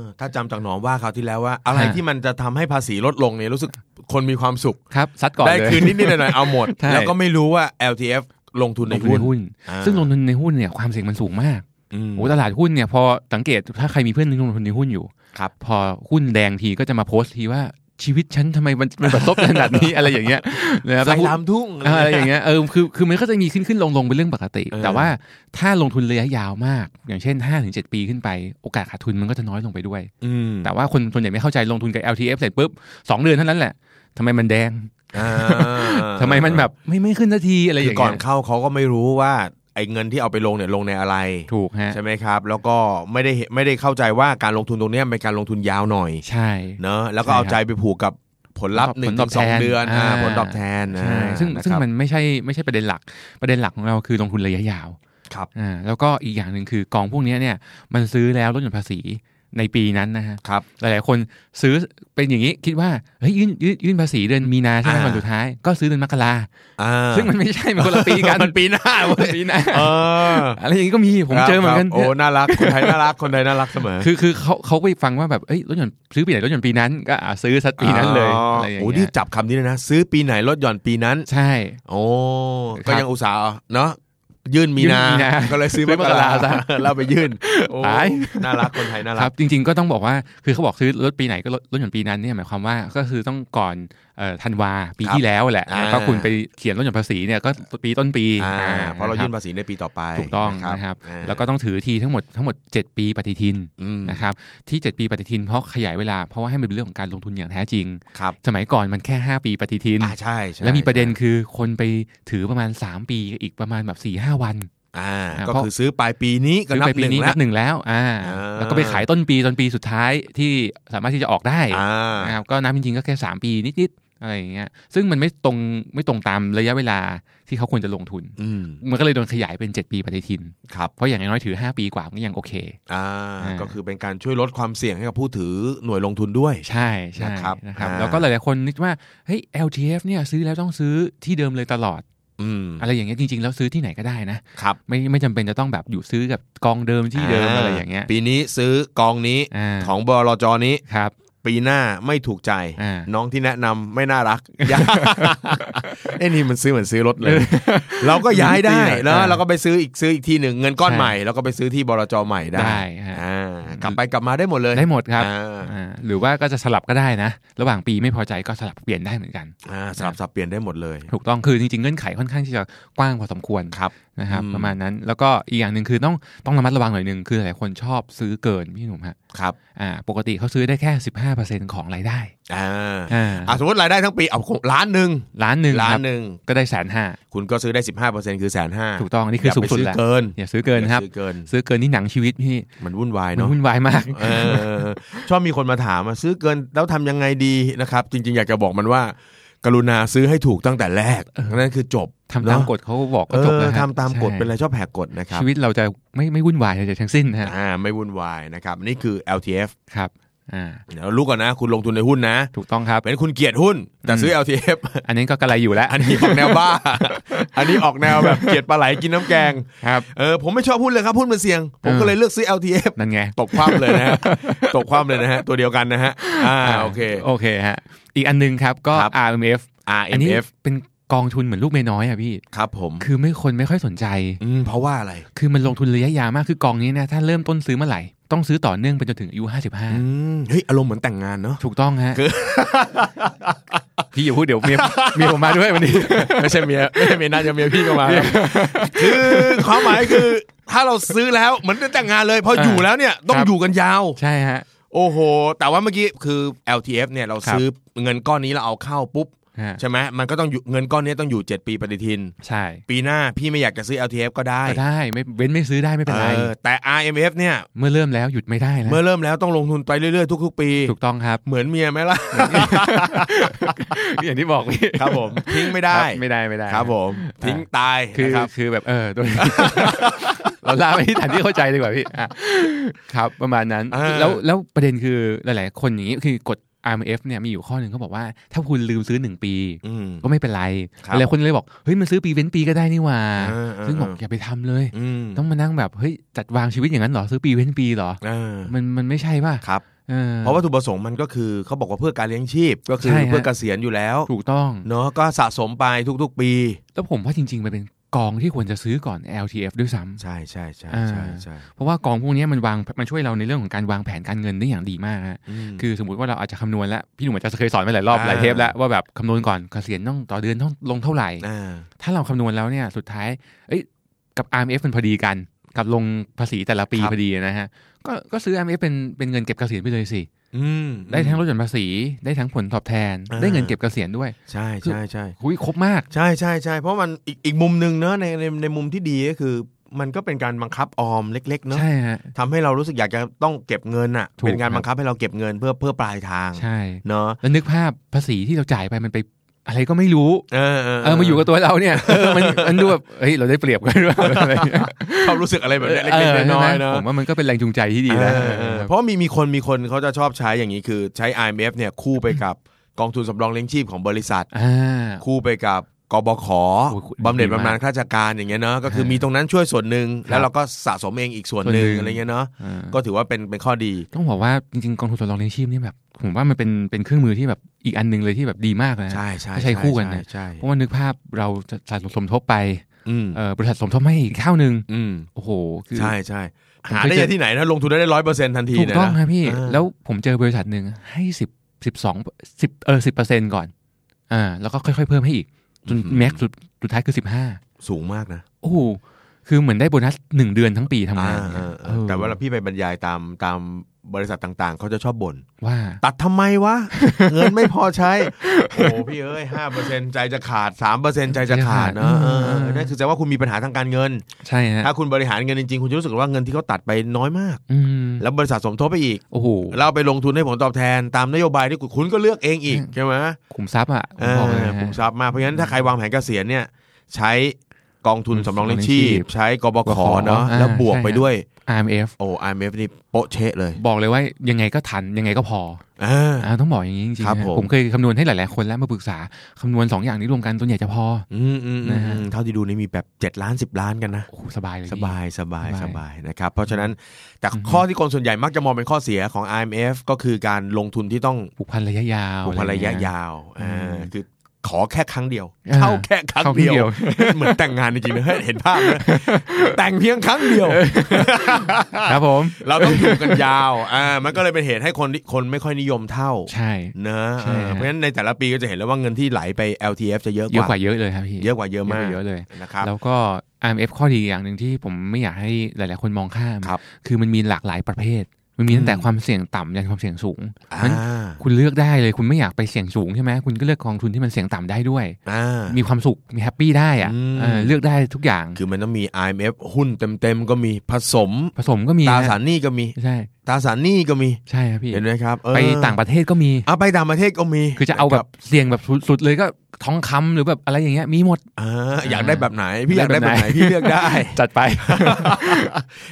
[SPEAKER 1] าถ้าจำจากหนอมว่าคราวที่แล้วว่า อะไร
[SPEAKER 2] ฮะ
[SPEAKER 1] ที่มันจะทำให้ภาษีลดลงเนี่ยรู้สึกคนมีความสุข
[SPEAKER 2] ครับซัดก่อน
[SPEAKER 1] ได้
[SPEAKER 2] เลย
[SPEAKER 1] คืนนิดๆหน่อยๆเอาหมด
[SPEAKER 2] ใช่
[SPEAKER 1] แล้วก็ไม่รู้ว่า LTF ลงทุน
[SPEAKER 2] ล
[SPEAKER 1] ใน
[SPEAKER 2] งทุน
[SPEAKER 1] หุ้น
[SPEAKER 2] ในหุ้น
[SPEAKER 1] อ่า
[SPEAKER 2] ซึ่งลงทุนในหุ้นเนี่ยความเสี่ยงมันสูงมาก
[SPEAKER 1] อืม
[SPEAKER 2] โอ้ตลาดหุ้นเนี่ยพอสังเกตถ้าใครมีเพื่อนลงทุนในหุ้นอยู่
[SPEAKER 1] ครับ
[SPEAKER 2] พอหุ้นแดงทีก็จะมาโพสต์ทีว่าชีวิตฉันทำไมมันมันประสบขนาด นี้ อะไรอย่างเงี้ยนะครับ
[SPEAKER 1] ใส่
[SPEAKER 2] แล้วหุ้น
[SPEAKER 1] ลามทุ่ง
[SPEAKER 2] เอออะไรอย่างเงี้ยเออคือคือมันก็จะมีขึ้นขึ้นลงลงเป็นเรื่องปกติ
[SPEAKER 1] เออ
[SPEAKER 2] แต่ว่าถ้าลงทุนระยะยาวมาก อย่างเช่น5้าถึงเปีขึ้นไป โอกาสขาดทุนมันก็จะน้อยลงไปด้วย
[SPEAKER 1] อืม
[SPEAKER 2] แต่ว่าคนส่วนใหญ่ไม่เข้าใจลงทุนกับ LTF เสร็จปุ๊บ2เดือนเท่านั้นแหละทำไมมันแดง
[SPEAKER 1] อ่า
[SPEAKER 2] ทำไมมันแบบไม่ไม่ขึ้นสักทีอะไรอย่าง
[SPEAKER 1] คือก่อ
[SPEAKER 2] เงี้
[SPEAKER 1] น
[SPEAKER 2] ย
[SPEAKER 1] เข้าเขาก็ไม่รู้ว่าไอ้เงินที่เอาไปลงเนี่ยลงในอะไร
[SPEAKER 2] ถูกฮะ
[SPEAKER 1] ใช่ไหมครับ แล้วก็ไม่ได้เห็นไม่ได้เข้าใจว่าการลงทุนตรงเนี้ยเป็นการลงทุนยาวหน่อย
[SPEAKER 2] ใช่
[SPEAKER 1] เนอะแล้วก็เอา
[SPEAKER 2] ใช่ครับ
[SPEAKER 1] ใจไปผูกกับผลลัพธ์หนึ่ง
[SPEAKER 2] ผลต
[SPEAKER 1] ถึ
[SPEAKER 2] อบ
[SPEAKER 1] งสอง
[SPEAKER 2] แทน
[SPEAKER 1] เดือนอ่า
[SPEAKER 2] อ่า
[SPEAKER 1] ผลตอบแทนนะ
[SPEAKER 2] ใช่ซึ่ง
[SPEAKER 1] ะครับ
[SPEAKER 2] ซึ่งมันไม่ใช่ไม่ใช่ประเด็นหลัก ประเด็นหลักของเราคือลงทุนระยะยาว
[SPEAKER 1] ครับ
[SPEAKER 2] อ่าแล้วก็อีกอย่างหนึ่งคือกองพวกเนี้ยเนี่ยมันซื้อแล้วลดหย่อนภาษีในปีนั้นนะฮะ
[SPEAKER 1] ครับ
[SPEAKER 2] หลายๆคนซื้อเป็นอย่างนี้คิดว่าเฮ้ยยื่นยื่นยื่นภาษีเดือนมีนาใช่ไหม
[SPEAKER 1] อ่า
[SPEAKER 2] วันสุดท้ายก็ซื้อเดือนมกรา
[SPEAKER 1] อ่า
[SPEAKER 2] ซึ่งมันไม่ใช่มันคนละปีกัน
[SPEAKER 1] มันปีหน้าเว้ย
[SPEAKER 2] ปีหนา
[SPEAKER 1] เออ
[SPEAKER 2] อะไรอย่างนี้ก็มีผมเจอเหมือนกัน
[SPEAKER 1] ครับโอ้น่ารักคนไทยน่ารักคนไทยน่ารักเสมอ
[SPEAKER 2] คือคือเขาเขาไปฟังว่าแบบเอ้ยรถยนต์ซื้อปีไหนรถยนต์ปีนั้นก็อ่ะซื้อสักปีนั้นเลยอะไรอย่าง
[SPEAKER 1] โอ้นี่
[SPEAKER 2] เงี้ย
[SPEAKER 1] จับคำนี้เลยนะ ซื้อปีไหนลดหย่อนปีนั้น
[SPEAKER 2] ใช่
[SPEAKER 1] โอ้
[SPEAKER 2] ครั
[SPEAKER 1] ก็
[SPEAKER 2] บ
[SPEAKER 1] ยังอุตส่าห์เนาะยื่นมีนา
[SPEAKER 2] ยื่นมีนา
[SPEAKER 1] ก็เลยซื้อ
[SPEAKER 2] ซื้
[SPEAKER 1] ม
[SPEAKER 2] อก มก
[SPEAKER 1] รา
[SPEAKER 2] รา
[SPEAKER 1] ซะ
[SPEAKER 2] ซะ
[SPEAKER 1] เราไปยื่นโอ้
[SPEAKER 2] ตาย
[SPEAKER 1] น่ารักคนไทยน่า
[SPEAKER 2] ค
[SPEAKER 1] รั
[SPEAKER 2] รั
[SPEAKER 1] ก
[SPEAKER 2] บจริง ๆก็ต้องบอกว่าคือเขาบอกซื้อรถปีไหนก็รถรถยนต์ปีนั้นเนี่ยหมายความว่าก็คือต้องก่อนเอ่อธันวาปี
[SPEAKER 1] ครับ
[SPEAKER 2] ที่แล้วแหละ
[SPEAKER 1] อ่า
[SPEAKER 2] แล้วก็คุณไปเขียนรถยนต์ภาษีเนี่ยก็ปีต้นปี
[SPEAKER 1] อ่า
[SPEAKER 2] อ่
[SPEAKER 1] เพราะเรา
[SPEAKER 2] คบ
[SPEAKER 1] ยื่นภาษีในปีต่อไป
[SPEAKER 2] ถูกต้องนะครับ
[SPEAKER 1] อ่า
[SPEAKER 2] แล้วก็ต้องถือทีทั้งหมดทั้งหมด 7 ปีปฏิทิน
[SPEAKER 1] อืม
[SPEAKER 2] นะครับที่ 7 ปีปฏิทินเพราะขยายเวลาเพราะว่าให้มันเป็นเรื่องของการลงทุนอย่างแท้จริง
[SPEAKER 1] ครับ
[SPEAKER 2] สมัยก่อนมันแค่ 5 ปีปฏิทิน
[SPEAKER 1] อ่าใช่ใช่
[SPEAKER 2] และมีประเด็นคือคนไปถือประมาณ 3 ปีอีกประมาณแบบ4ี่ห้าวัน
[SPEAKER 1] อ่า
[SPEAKER 2] อ่า
[SPEAKER 1] ก็
[SPEAKER 2] เพราะ
[SPEAKER 1] คือซื้อปลายปีนี้ก็
[SPEAKER 2] ซื้อ
[SPEAKER 1] นับ
[SPEAKER 2] ไป
[SPEAKER 1] ห
[SPEAKER 2] ปี
[SPEAKER 1] นึ่ง
[SPEAKER 2] นี้
[SPEAKER 1] แล้
[SPEAKER 2] นั
[SPEAKER 1] ว
[SPEAKER 2] บหนึ่งแล้วอ่า
[SPEAKER 1] อ่า
[SPEAKER 2] แล้วก็ไปขายต้นปีจนปีสุดท้ายที่สามารถที่จะออกได้
[SPEAKER 1] อ่า
[SPEAKER 2] นะครับก็นับจริงๆก็แค่ 3 ปีนิดๆอะไรอย่างเงี้ยซึ่งมันไม่ตรงไม่ตรงตามระยะเวลาที่เขาควรจะลงทุน
[SPEAKER 1] อืม
[SPEAKER 2] มันก็เลยโดนขยายเป็น 7 ปีปฏิทิน
[SPEAKER 1] ครับ
[SPEAKER 2] เพราะอย่างน้อยๆถือ 5 ปีกว่ามันก็ยังโอเค
[SPEAKER 1] อ่า
[SPEAKER 2] อ่า
[SPEAKER 1] ก็คือเป็นการช่วยลดความเสี่ยงให้กับผู้ถือหน่วยลงทุนด้วย
[SPEAKER 2] ใช่ใช่
[SPEAKER 1] นะ
[SPEAKER 2] นะ
[SPEAKER 1] ค
[SPEAKER 2] ค
[SPEAKER 1] รั
[SPEAKER 2] รั
[SPEAKER 1] บบ อ่า
[SPEAKER 2] แล้วก็หลายๆคนนึกว่าเฮ้ย LTF เนี่ยซื้อแล้วต้องซื้อที่เดิมเลยตลอด
[SPEAKER 1] อืม
[SPEAKER 2] อะไรอย่างเงี้ยจริงๆแล้วซื้อที่ไหนก็ได้นะ
[SPEAKER 1] ครับ
[SPEAKER 2] ไม่ไม่จำเป็นจะต้องแบบอยู่ซื้อกับกองเดิมที่เดิมอะไรอย่างเงี้ย
[SPEAKER 1] ปีนี้ซื้อกองนี้
[SPEAKER 2] า
[SPEAKER 1] ของบลจนี้
[SPEAKER 2] ครับ
[SPEAKER 1] ปีหน้าไม่ถูกใจ
[SPEAKER 2] อ่า
[SPEAKER 1] น้องที่แนะนำไม่น่า รักย้ายไอ้นี่มันซื้อเหมือนซื้อรถเลย เราก็ย้ายได้แล้วเราก็ไปซื้ออีกซื้ออีกทีหนึ่งเงินก้อนใหม่แล้วก็ไปซื้อที่บลจใหม่ได้
[SPEAKER 2] ได้ฮะ
[SPEAKER 1] อ่ากลับไปกลับมาได้หมดเลย
[SPEAKER 2] ได้หมดครับ
[SPEAKER 1] อ่า
[SPEAKER 2] อ่าหรือว่าก็จะสลับก็ได้นะ ระหว่างปีไม่พอใจก็สลับเปลี่ยนได้เหมือนกัน
[SPEAKER 1] อ่าสลับสับเปลี่ยนได้หมดเลย
[SPEAKER 2] ถูกต้องคือจริงๆเงื่อนไขค่อนข้างที่จะกว้างพอสมควร
[SPEAKER 1] ครับ
[SPEAKER 2] นะครับ
[SPEAKER 1] อืม
[SPEAKER 2] ประมาณนั้นแล้วก็อีกอย่างหนึ่งคือต้องต้องระมัดระวังหน่อยหนึ่งคือหลายคนชอบซื้อเกินพี่หนุ่มฮะ
[SPEAKER 1] ครับ
[SPEAKER 2] อ่าปกติเขาซื้อได้แค่ 15%ของรายได้
[SPEAKER 1] อ่า
[SPEAKER 2] อ่า
[SPEAKER 1] อ่ะสมมติรายได้ทั้งปีเอาล้านหนึ่ง
[SPEAKER 2] ล้านหนึ่ง
[SPEAKER 1] ล้า
[SPEAKER 2] คน รับ
[SPEAKER 1] หนึ่ง
[SPEAKER 2] ก็ได้แสนห้า
[SPEAKER 1] คุณก็ซื้อได้สิบห้าเปอร์เซ็นคือแสนห้า
[SPEAKER 2] ถูกต้องนี่คือสูงสุดแล้ว
[SPEAKER 1] เกิน
[SPEAKER 2] อย่าซื้อเกินครับ
[SPEAKER 1] อย่าซื้อเกิน
[SPEAKER 2] ซื้อเกินนี่หนังชีวิตพี่
[SPEAKER 1] มันวุ่นวาย
[SPEAKER 2] มัน
[SPEAKER 1] เนาะ
[SPEAKER 2] วุ่นวายมาก
[SPEAKER 1] เออชอบมีคนมาถามว่าซื้อเกินแล้วทำยังไงดีนะครับ จริง ๆ อยากจะบอกมันว่า กรุณาซื้อให้ถูกตั้งแต่แรกนั่นคือจบ
[SPEAKER 2] ทำตาม
[SPEAKER 1] เนอะ
[SPEAKER 2] กฎเขาบอกก็จบ
[SPEAKER 1] เอ
[SPEAKER 2] แล้ว
[SPEAKER 1] อ
[SPEAKER 2] ครับ
[SPEAKER 1] ทำตามกฎเป็นอะไร
[SPEAKER 2] ใช่
[SPEAKER 1] ชอบแหกกฎนะครับ
[SPEAKER 2] ชีวิตเราจะไม่ไม่วุ่นวายอะไรทั้งสิ้นนะฮะ
[SPEAKER 1] อ่าไม่วุ่นวายนะครับ นี่คือ LTF
[SPEAKER 2] ครับอ่า
[SPEAKER 1] เดี๋ยวรู้ก่อนนะ คุณลงทุนในหุ้นนะ
[SPEAKER 2] ถูกต้องครับ
[SPEAKER 1] เป็นคุณเกลียรติหุ้น แต่ซื้ออ LTF
[SPEAKER 2] อันนี้ก็กระไรอยู่แล้ว
[SPEAKER 1] อันนี้ออกแนวบ้า อันนี้ออกแนวแบบเกลียดปลาไหลกินน้ำแกง
[SPEAKER 2] ครับ
[SPEAKER 1] เออผมไม่ชอบหุ้นเลยครับหุ้นมันเสี่ยง ผมก็เลยเลือกซื้อ LTF
[SPEAKER 2] นั่นไง
[SPEAKER 1] ตกคว่ำเลยนะฮะตกคว่ำเลยนะฮะตัวเดียวกันนะฮะอ่าโอเค
[SPEAKER 2] โอเคฮะ อีกอันหนึงครับก็
[SPEAKER 1] ครับ
[SPEAKER 2] RMF อันนี้
[SPEAKER 1] RMF
[SPEAKER 2] เป็นกองทุนเหมือนลูกเมยน้อยอ่ะพี่
[SPEAKER 1] ครับผม
[SPEAKER 2] คือไม่คนไม่ค่อยสนใจ
[SPEAKER 1] อืมเพราะว่าอะไร
[SPEAKER 2] คือมันลงทุนระยะยาวมากคือกองนี้นะถ้าเริ่มต้นซื้อเมื่อไหร่ ต้องซื้อต่อเนื่องไปจนถึงอายุ
[SPEAKER 1] อืมเฮ้ยอารมณ์เหมือนแต่งงานเนาะ
[SPEAKER 2] 55 ถูกต้องฮะ
[SPEAKER 1] คือ
[SPEAKER 2] พี่อย่าพูดเดี๋ยวเมียเมียผมมาด้วยวันนี้
[SPEAKER 1] ไม่ใช่เมียไม่ใช่เมียน่าจะเมียพี่ก็มาคือความหมายคือ ถ้าเราซื้อแล้วเหมือนได้แต่งงานเลยพอ
[SPEAKER 2] เออ
[SPEAKER 1] อ
[SPEAKER 2] อ
[SPEAKER 1] ยู่แล้วเนี่ยต้องอยู่กันยาว
[SPEAKER 2] ใช่ฮะ
[SPEAKER 1] โอ้โห แต่ว่าเมื่อกี้คือ LTF เนี่ยเรา
[SPEAKER 2] ครับ
[SPEAKER 1] ซื้อเงินก้อนนี้เราเอาเข้าปุ๊บ
[SPEAKER 2] ฮะ
[SPEAKER 1] ใช่ไหมมันก็ต้องอยู่เงินก้อนนี้ต้องอยู่ 7 ปีปฏิทิน
[SPEAKER 2] ใช่
[SPEAKER 1] ปีหน้าพี่ไม่อยากจะซื้อ LTF ก็ได้
[SPEAKER 2] ก็ได้ไม่เว้นไม่ซื้อได้ไม่เป็นไร
[SPEAKER 1] เออแต่ RMF เนี่ย
[SPEAKER 2] เมื่อเริ่มแล้วหยุดไม่ได้แล้ว
[SPEAKER 1] เมื่อเริ่มแล้วต้องลงทุนไปเรื่อยๆทุก ๆ ปี
[SPEAKER 2] ถูกต้องครับ
[SPEAKER 1] เหมือนเมียไหมล่ะ
[SPEAKER 2] อย่างที่บอกพี่
[SPEAKER 1] ครับผมทิ้งไม่ได้
[SPEAKER 2] ครับไม่ได้ไม่ได้
[SPEAKER 1] ครับผมทิ้งตาย
[SPEAKER 2] คือ
[SPEAKER 1] นะครับ
[SPEAKER 2] คือแบบเออตัว เราลากไปที่ฐานที่เข้าใจดีกว่าพี่อ่ะครับประมาณนั้น
[SPEAKER 1] อ่า
[SPEAKER 2] แล้วแล้วประเด็นคือหลาย ๆ คนอย่างนี้คือกฎ RMF เนี่ยมีอยู่ข้อหนึ่งเขาบอกว่า ถ้าคุณลืมซื้อหนึ่งปี
[SPEAKER 1] อืม
[SPEAKER 2] ก็ไม่เป็นไร
[SPEAKER 1] ครับ
[SPEAKER 2] หลายคนเลยบอกเฮ้ยมันซื้อปีเว้นปีก็ได้นี่หว่า
[SPEAKER 1] เออเออ
[SPEAKER 2] ซึ่งบอกอย่าไปทำเลย
[SPEAKER 1] อืม
[SPEAKER 2] ต้องมานั่งแบบเฮ้ยจัดวางชีวิตอย่างนั้นเหรอซื้อปีเว้นปีเหรอ
[SPEAKER 1] เออ
[SPEAKER 2] มันมันไม่ใช่ป่ะ
[SPEAKER 1] ครับ
[SPEAKER 2] ออ
[SPEAKER 1] เพราะวัตถุประสงค์มันก็คือเขาบอกว่าเพื่อการเลี้ยงชีพก็คือ
[SPEAKER 2] ใช่ฮะ
[SPEAKER 1] เพื่อเกษียณอยู่แล้ว
[SPEAKER 2] ถูกต้อง
[SPEAKER 1] เนาะก็สะสมไปทุกๆ ปี
[SPEAKER 2] แล้วผมว่าจริง ๆ มันเป็นกองที่ควรจะซื้อก่อน LTF ด้วยซ้ำ
[SPEAKER 1] ใช่ใช่ใช่
[SPEAKER 2] อ่า
[SPEAKER 1] ใช่ใช่
[SPEAKER 2] เพราะว่ากองพวกเนี้ยมันวางมันช่วยเราในเรื่องของการวางแผนการเงินได้อย่างดีมากฮะ
[SPEAKER 1] ม
[SPEAKER 2] คือสมมติว่าเราอาจจะคำนวณแล้ว พี่หนุ่มอาจจะเคยสอนไปหลายรอบ
[SPEAKER 1] อ่า
[SPEAKER 2] หลายเทปแล้วว่าแบบคำนวณก่อนเกษียณต้องต่อเดือนต้องลงเท่าไหร่
[SPEAKER 1] อ่า
[SPEAKER 2] ถ้าเราคำนวณแล้วเนี่ยสุดท้ายเอ้ยกับ RMF มันพอดีกัน กับลงภาษีแต่ละปีพอดีนะฮะก็ก็ซื้อ RMF เป็นเป็นเงินเก็บเกษียณไปเลยสิ
[SPEAKER 1] อืม
[SPEAKER 2] ได้ทั้งลดหย่อนภาษีได้ทั้งผลตอบแทน
[SPEAKER 1] อ่า
[SPEAKER 2] ได้เงินเก็บเกษียณด้วย
[SPEAKER 1] ใช่ใช่ใช่
[SPEAKER 2] หุยครบมาก
[SPEAKER 1] ใช่ใช่ใช่เพราะมันอีกอีกมุมหนึ่งเนาะในในในมุมที่ดีก็คือ มันก็เป็นการบังคับออมเล็ก ๆ เนาะ
[SPEAKER 2] ใช่ฮะ
[SPEAKER 1] ทำให้เรารู้สึกอยากจะต้องเก็บเงินอ่ะ
[SPEAKER 2] ถูก
[SPEAKER 1] เป็นการ
[SPEAKER 2] ครับ
[SPEAKER 1] บังคับให้เราเก็บเงินเพื่อเพื่อปลายทาง
[SPEAKER 2] ใช่
[SPEAKER 1] เนาะ
[SPEAKER 2] แล้วนึกภาพภาษีที่เราจ่ายไปมันไปอะไรก็ไม่รู้
[SPEAKER 1] เออเออ
[SPEAKER 2] เออมาอยู่กับตัวเราเนี่ยเออมันมันดูแบบเฮ้ยเราได้เปรียบกันหรือ เปล่าอะไรอย่างเงี้ย
[SPEAKER 1] ชอบรู้สึกอะไรแบบเนี้ยเล็กๆน้อยๆเนอะ
[SPEAKER 2] ผมว่ามันก็เป็นแรงจูงใจที่ดีนะ
[SPEAKER 1] เออเออเพราะมีมีคนมีคนเขาจะชอบใช้อย่างนี้คือใช้ IMF เนี่ยคู่ไปกับ กองทุนสำรองเลี้ยงชีพของบริษัท
[SPEAKER 2] อ่า
[SPEAKER 1] คู่ไปกับกบข
[SPEAKER 2] โอ้ย
[SPEAKER 1] บำเหน็จบำนาญข้าราชการอย่างเงี้ยเนาะก็คือมีตรงนั้นช่วยส่วนหนึ่งแล้วเราก็สะสมเองอีกส่วนหนึ่ง
[SPEAKER 2] ส่วนหนึ่ง
[SPEAKER 1] อะไรเงี้ยเนาะ
[SPEAKER 2] อ่า
[SPEAKER 1] ก็ถือว่าเป็นเป็นข้อดี
[SPEAKER 2] ต้องบอกว่าจริงๆกองทุนสำรองเลี้ยงชีพเนี่ยแบบผมว่ามันเป็นเป็นเครื่องมือที่แบบอีกอันหนึ่งเลยที่แบบดีมากนะ
[SPEAKER 1] ใช่ใช่
[SPEAKER 2] ใช้คู่กันนะ
[SPEAKER 1] ใช่
[SPEAKER 2] เพ
[SPEAKER 1] ใช่
[SPEAKER 2] ราะว่านึกภาพเราจะสะสมทบไป
[SPEAKER 1] อืม
[SPEAKER 2] เอ่อบริษัทสมทบให้อีกเท่าหนึ่ง
[SPEAKER 1] อืม
[SPEAKER 2] โอ้โหคือ
[SPEAKER 1] ใช่ใช่
[SPEAKER 2] ผม
[SPEAKER 1] หา
[SPEAKER 2] เคย
[SPEAKER 1] ได้
[SPEAKER 2] เจอ
[SPEAKER 1] ที่ไหนนะลงทุนได้ร้อยเปอร์เซ็นต์ทันที
[SPEAKER 2] ถูก
[SPEAKER 1] เลย
[SPEAKER 2] ต้อง
[SPEAKER 1] นะ
[SPEAKER 2] ครับพี่
[SPEAKER 1] เออ
[SPEAKER 2] แล้วผมเจอบริษัทหนึ่งให้สิบสิบสองสิบเออสิบเปอร์เซ็นต์ก่อนอ่าแล้วก็ค่อยๆเพิ่มให้อีกจนแม็กซ์สุดสุดท้ายคือสิบห้า
[SPEAKER 1] สูงมากนะ
[SPEAKER 2] โอ้โหคือเหมือนได้โบนัสหนึ่งเดือนทั้งปีทำงานเนี่ย
[SPEAKER 1] อ่าเออ
[SPEAKER 2] เออ
[SPEAKER 1] แต่เว่าพี่ไปบรรยายตามตามบริษัทต่างๆเขาจะชอบบ่น
[SPEAKER 2] ว่า
[SPEAKER 1] ตัดทำไมวะ เงินไม่พอใช้ โอ้โหพี่เอ้ยห้าเปอร์เซ็นใจจะขาดสามเปอร์เซ็นใจจะขาดเนอะเออเออนั่นคือแสดงว่าคุณมีปัญหาทางการเงิน
[SPEAKER 2] ใช่ฮะ
[SPEAKER 1] ถ้าคุณบริหารเงินจริงๆ คุณจะรู้สึกว่าเงินที่เขาตัดไปน้อยมาก
[SPEAKER 2] อืม
[SPEAKER 1] แล้วบริษัทสมทบไปอีก
[SPEAKER 2] โอ้โห
[SPEAKER 1] แล้วเอาไปลงทุนให้ผลตอบแทนตามนโยบายที่คุณคุณก็เลือกเองอีกใช่ไหม
[SPEAKER 2] ขุมทรัพย์อ่ะผมบอกเล
[SPEAKER 1] เอ
[SPEAKER 2] ย
[SPEAKER 1] อ
[SPEAKER 2] นะฮะ
[SPEAKER 1] ผมทราบมากเพราะงั้นถ้าใครวางแผนเกษียณเนี่ย ใช้ กองทุนสำรองเลี้ยงชีพ ใช้กบขเนาะ
[SPEAKER 2] อ่า
[SPEAKER 1] แล้วบวก
[SPEAKER 2] ใช่ฮะ
[SPEAKER 1] ไปด้วย
[SPEAKER 2] IMF
[SPEAKER 1] โอ้ IMF นี่โป๊ะเชะเลย
[SPEAKER 2] บอกเลยว่ายังไงก็ทันยังไงก็พอ
[SPEAKER 1] อ่า
[SPEAKER 2] อ่าต้องบอกอย่างนี้จริง
[SPEAKER 1] ครับ
[SPEAKER 2] ๆนะ
[SPEAKER 1] ผม
[SPEAKER 2] ผมเคยคำนวณให้หลายๆคนแล้วมาปรึกษาคำนวณสองอย่างนี้รวมกันส่วนใหญ่จะพอ
[SPEAKER 1] อืมอืมอืม
[SPEAKER 2] นะฮะ
[SPEAKER 1] เท่าที่ดูนี่มีแบบ 7 ล้าน 10 ล้านกันนะ
[SPEAKER 2] โอ้โหสบายเลย
[SPEAKER 1] ส
[SPEAKER 2] พี่
[SPEAKER 1] บายสบาย
[SPEAKER 2] สบาย
[SPEAKER 1] สบายนะครับ เพราะฉะนั้นแต่ข้อที่คนส่วนใหญ่มักจะมองเป็นข้อเสียของ IMF ก็คือการลงทุนที่ต้อง
[SPEAKER 2] ผูกพันระยะยาว
[SPEAKER 1] ผูกพันระยะ
[SPEAKER 2] อไเงี้
[SPEAKER 1] ยาว
[SPEAKER 2] อื
[SPEAKER 1] อ่
[SPEAKER 2] มา
[SPEAKER 1] คือขอแค่ครั้งเดียว
[SPEAKER 2] อ่า
[SPEAKER 1] เข้าแค่ครั้ง
[SPEAKER 2] เข้าครั้
[SPEAKER 1] เดี
[SPEAKER 2] ง
[SPEAKER 1] ย
[SPEAKER 2] เดียว ว
[SPEAKER 1] เหมือน แต่งงานจริงๆนะเฮ้ยเห็นภาพ ไหมแต่งเพียงครั้งเดียว
[SPEAKER 2] ครับผม
[SPEAKER 1] เราต้องอยู่กันยาวอ่ามันก็เลยเป็นเหตุให้คนที่คนไม่ค่อยนิยมเท่า
[SPEAKER 2] ใช่
[SPEAKER 1] เนอะ
[SPEAKER 2] ใช่
[SPEAKER 1] เออ
[SPEAKER 2] ฮะ
[SPEAKER 1] เพราะฉะนั้นในแต่ละปีก็จะเห็นแล้วว่าเงินที่ไหลไป LTF จะเยอะก
[SPEAKER 2] เยอะก
[SPEAKER 1] ว่า
[SPEAKER 2] ว่าเยอะเลยครับพี่
[SPEAKER 1] เยอะกว่าเยอะมาก
[SPEAKER 2] เยอะเลย
[SPEAKER 1] นะครับ
[SPEAKER 2] แล้วก็ IMF ข้อดีอย่างหนึ่งที่ผมไม่อยากให้หลาย ๆ คนมองข้าม
[SPEAKER 1] ครับ
[SPEAKER 2] คือมันมีหลากหลายประเภท มันมีตั้งแต่
[SPEAKER 1] อืม
[SPEAKER 2] ความเสี่ยงต่ำยันความเสี่ยงสูง
[SPEAKER 1] อ่
[SPEAKER 2] นั้น
[SPEAKER 1] า
[SPEAKER 2] คุณเลือกได้เลยคุณไม่อยากไปเสี่ยงสูงใช่ไหมคุณก็เลือกกองทุนที่มันเสี่ยงต่ำได้ด้วย
[SPEAKER 1] อ่า
[SPEAKER 2] มีความสุขมีแฮปปี้ได้อะ
[SPEAKER 1] อืม
[SPEAKER 2] เออเลือกได้ทุกอย่าง
[SPEAKER 1] คือมันต้องมี IMF หุ้นเต็มๆก็มีผสม
[SPEAKER 2] ผสมก็มี
[SPEAKER 1] ตรา
[SPEAKER 2] นะ
[SPEAKER 1] สารหนี้ก็มี
[SPEAKER 2] ใช่
[SPEAKER 1] ตราสารหนี้ก็มี
[SPEAKER 2] ใช่ครับพี่
[SPEAKER 1] เห็นไหมครับเออ
[SPEAKER 2] ไปต่างประเทศก็มี
[SPEAKER 1] อ่ะไปต่างประเทศก็มี
[SPEAKER 2] คือจะเอาแบบ
[SPEAKER 1] น
[SPEAKER 2] เสี่ยงแบบสุดๆเลยก็ทองคำหรือแบบอะไรอย่างเงี้ยมีหมด
[SPEAKER 1] อ่าอยากได้แบบไหน พี่
[SPEAKER 2] อ
[SPEAKER 1] อาย
[SPEAKER 2] ยาก ก
[SPEAKER 1] ได้แบบไหน
[SPEAKER 2] แบบไหน
[SPEAKER 1] พี่เลือก ได้
[SPEAKER 2] จัดไป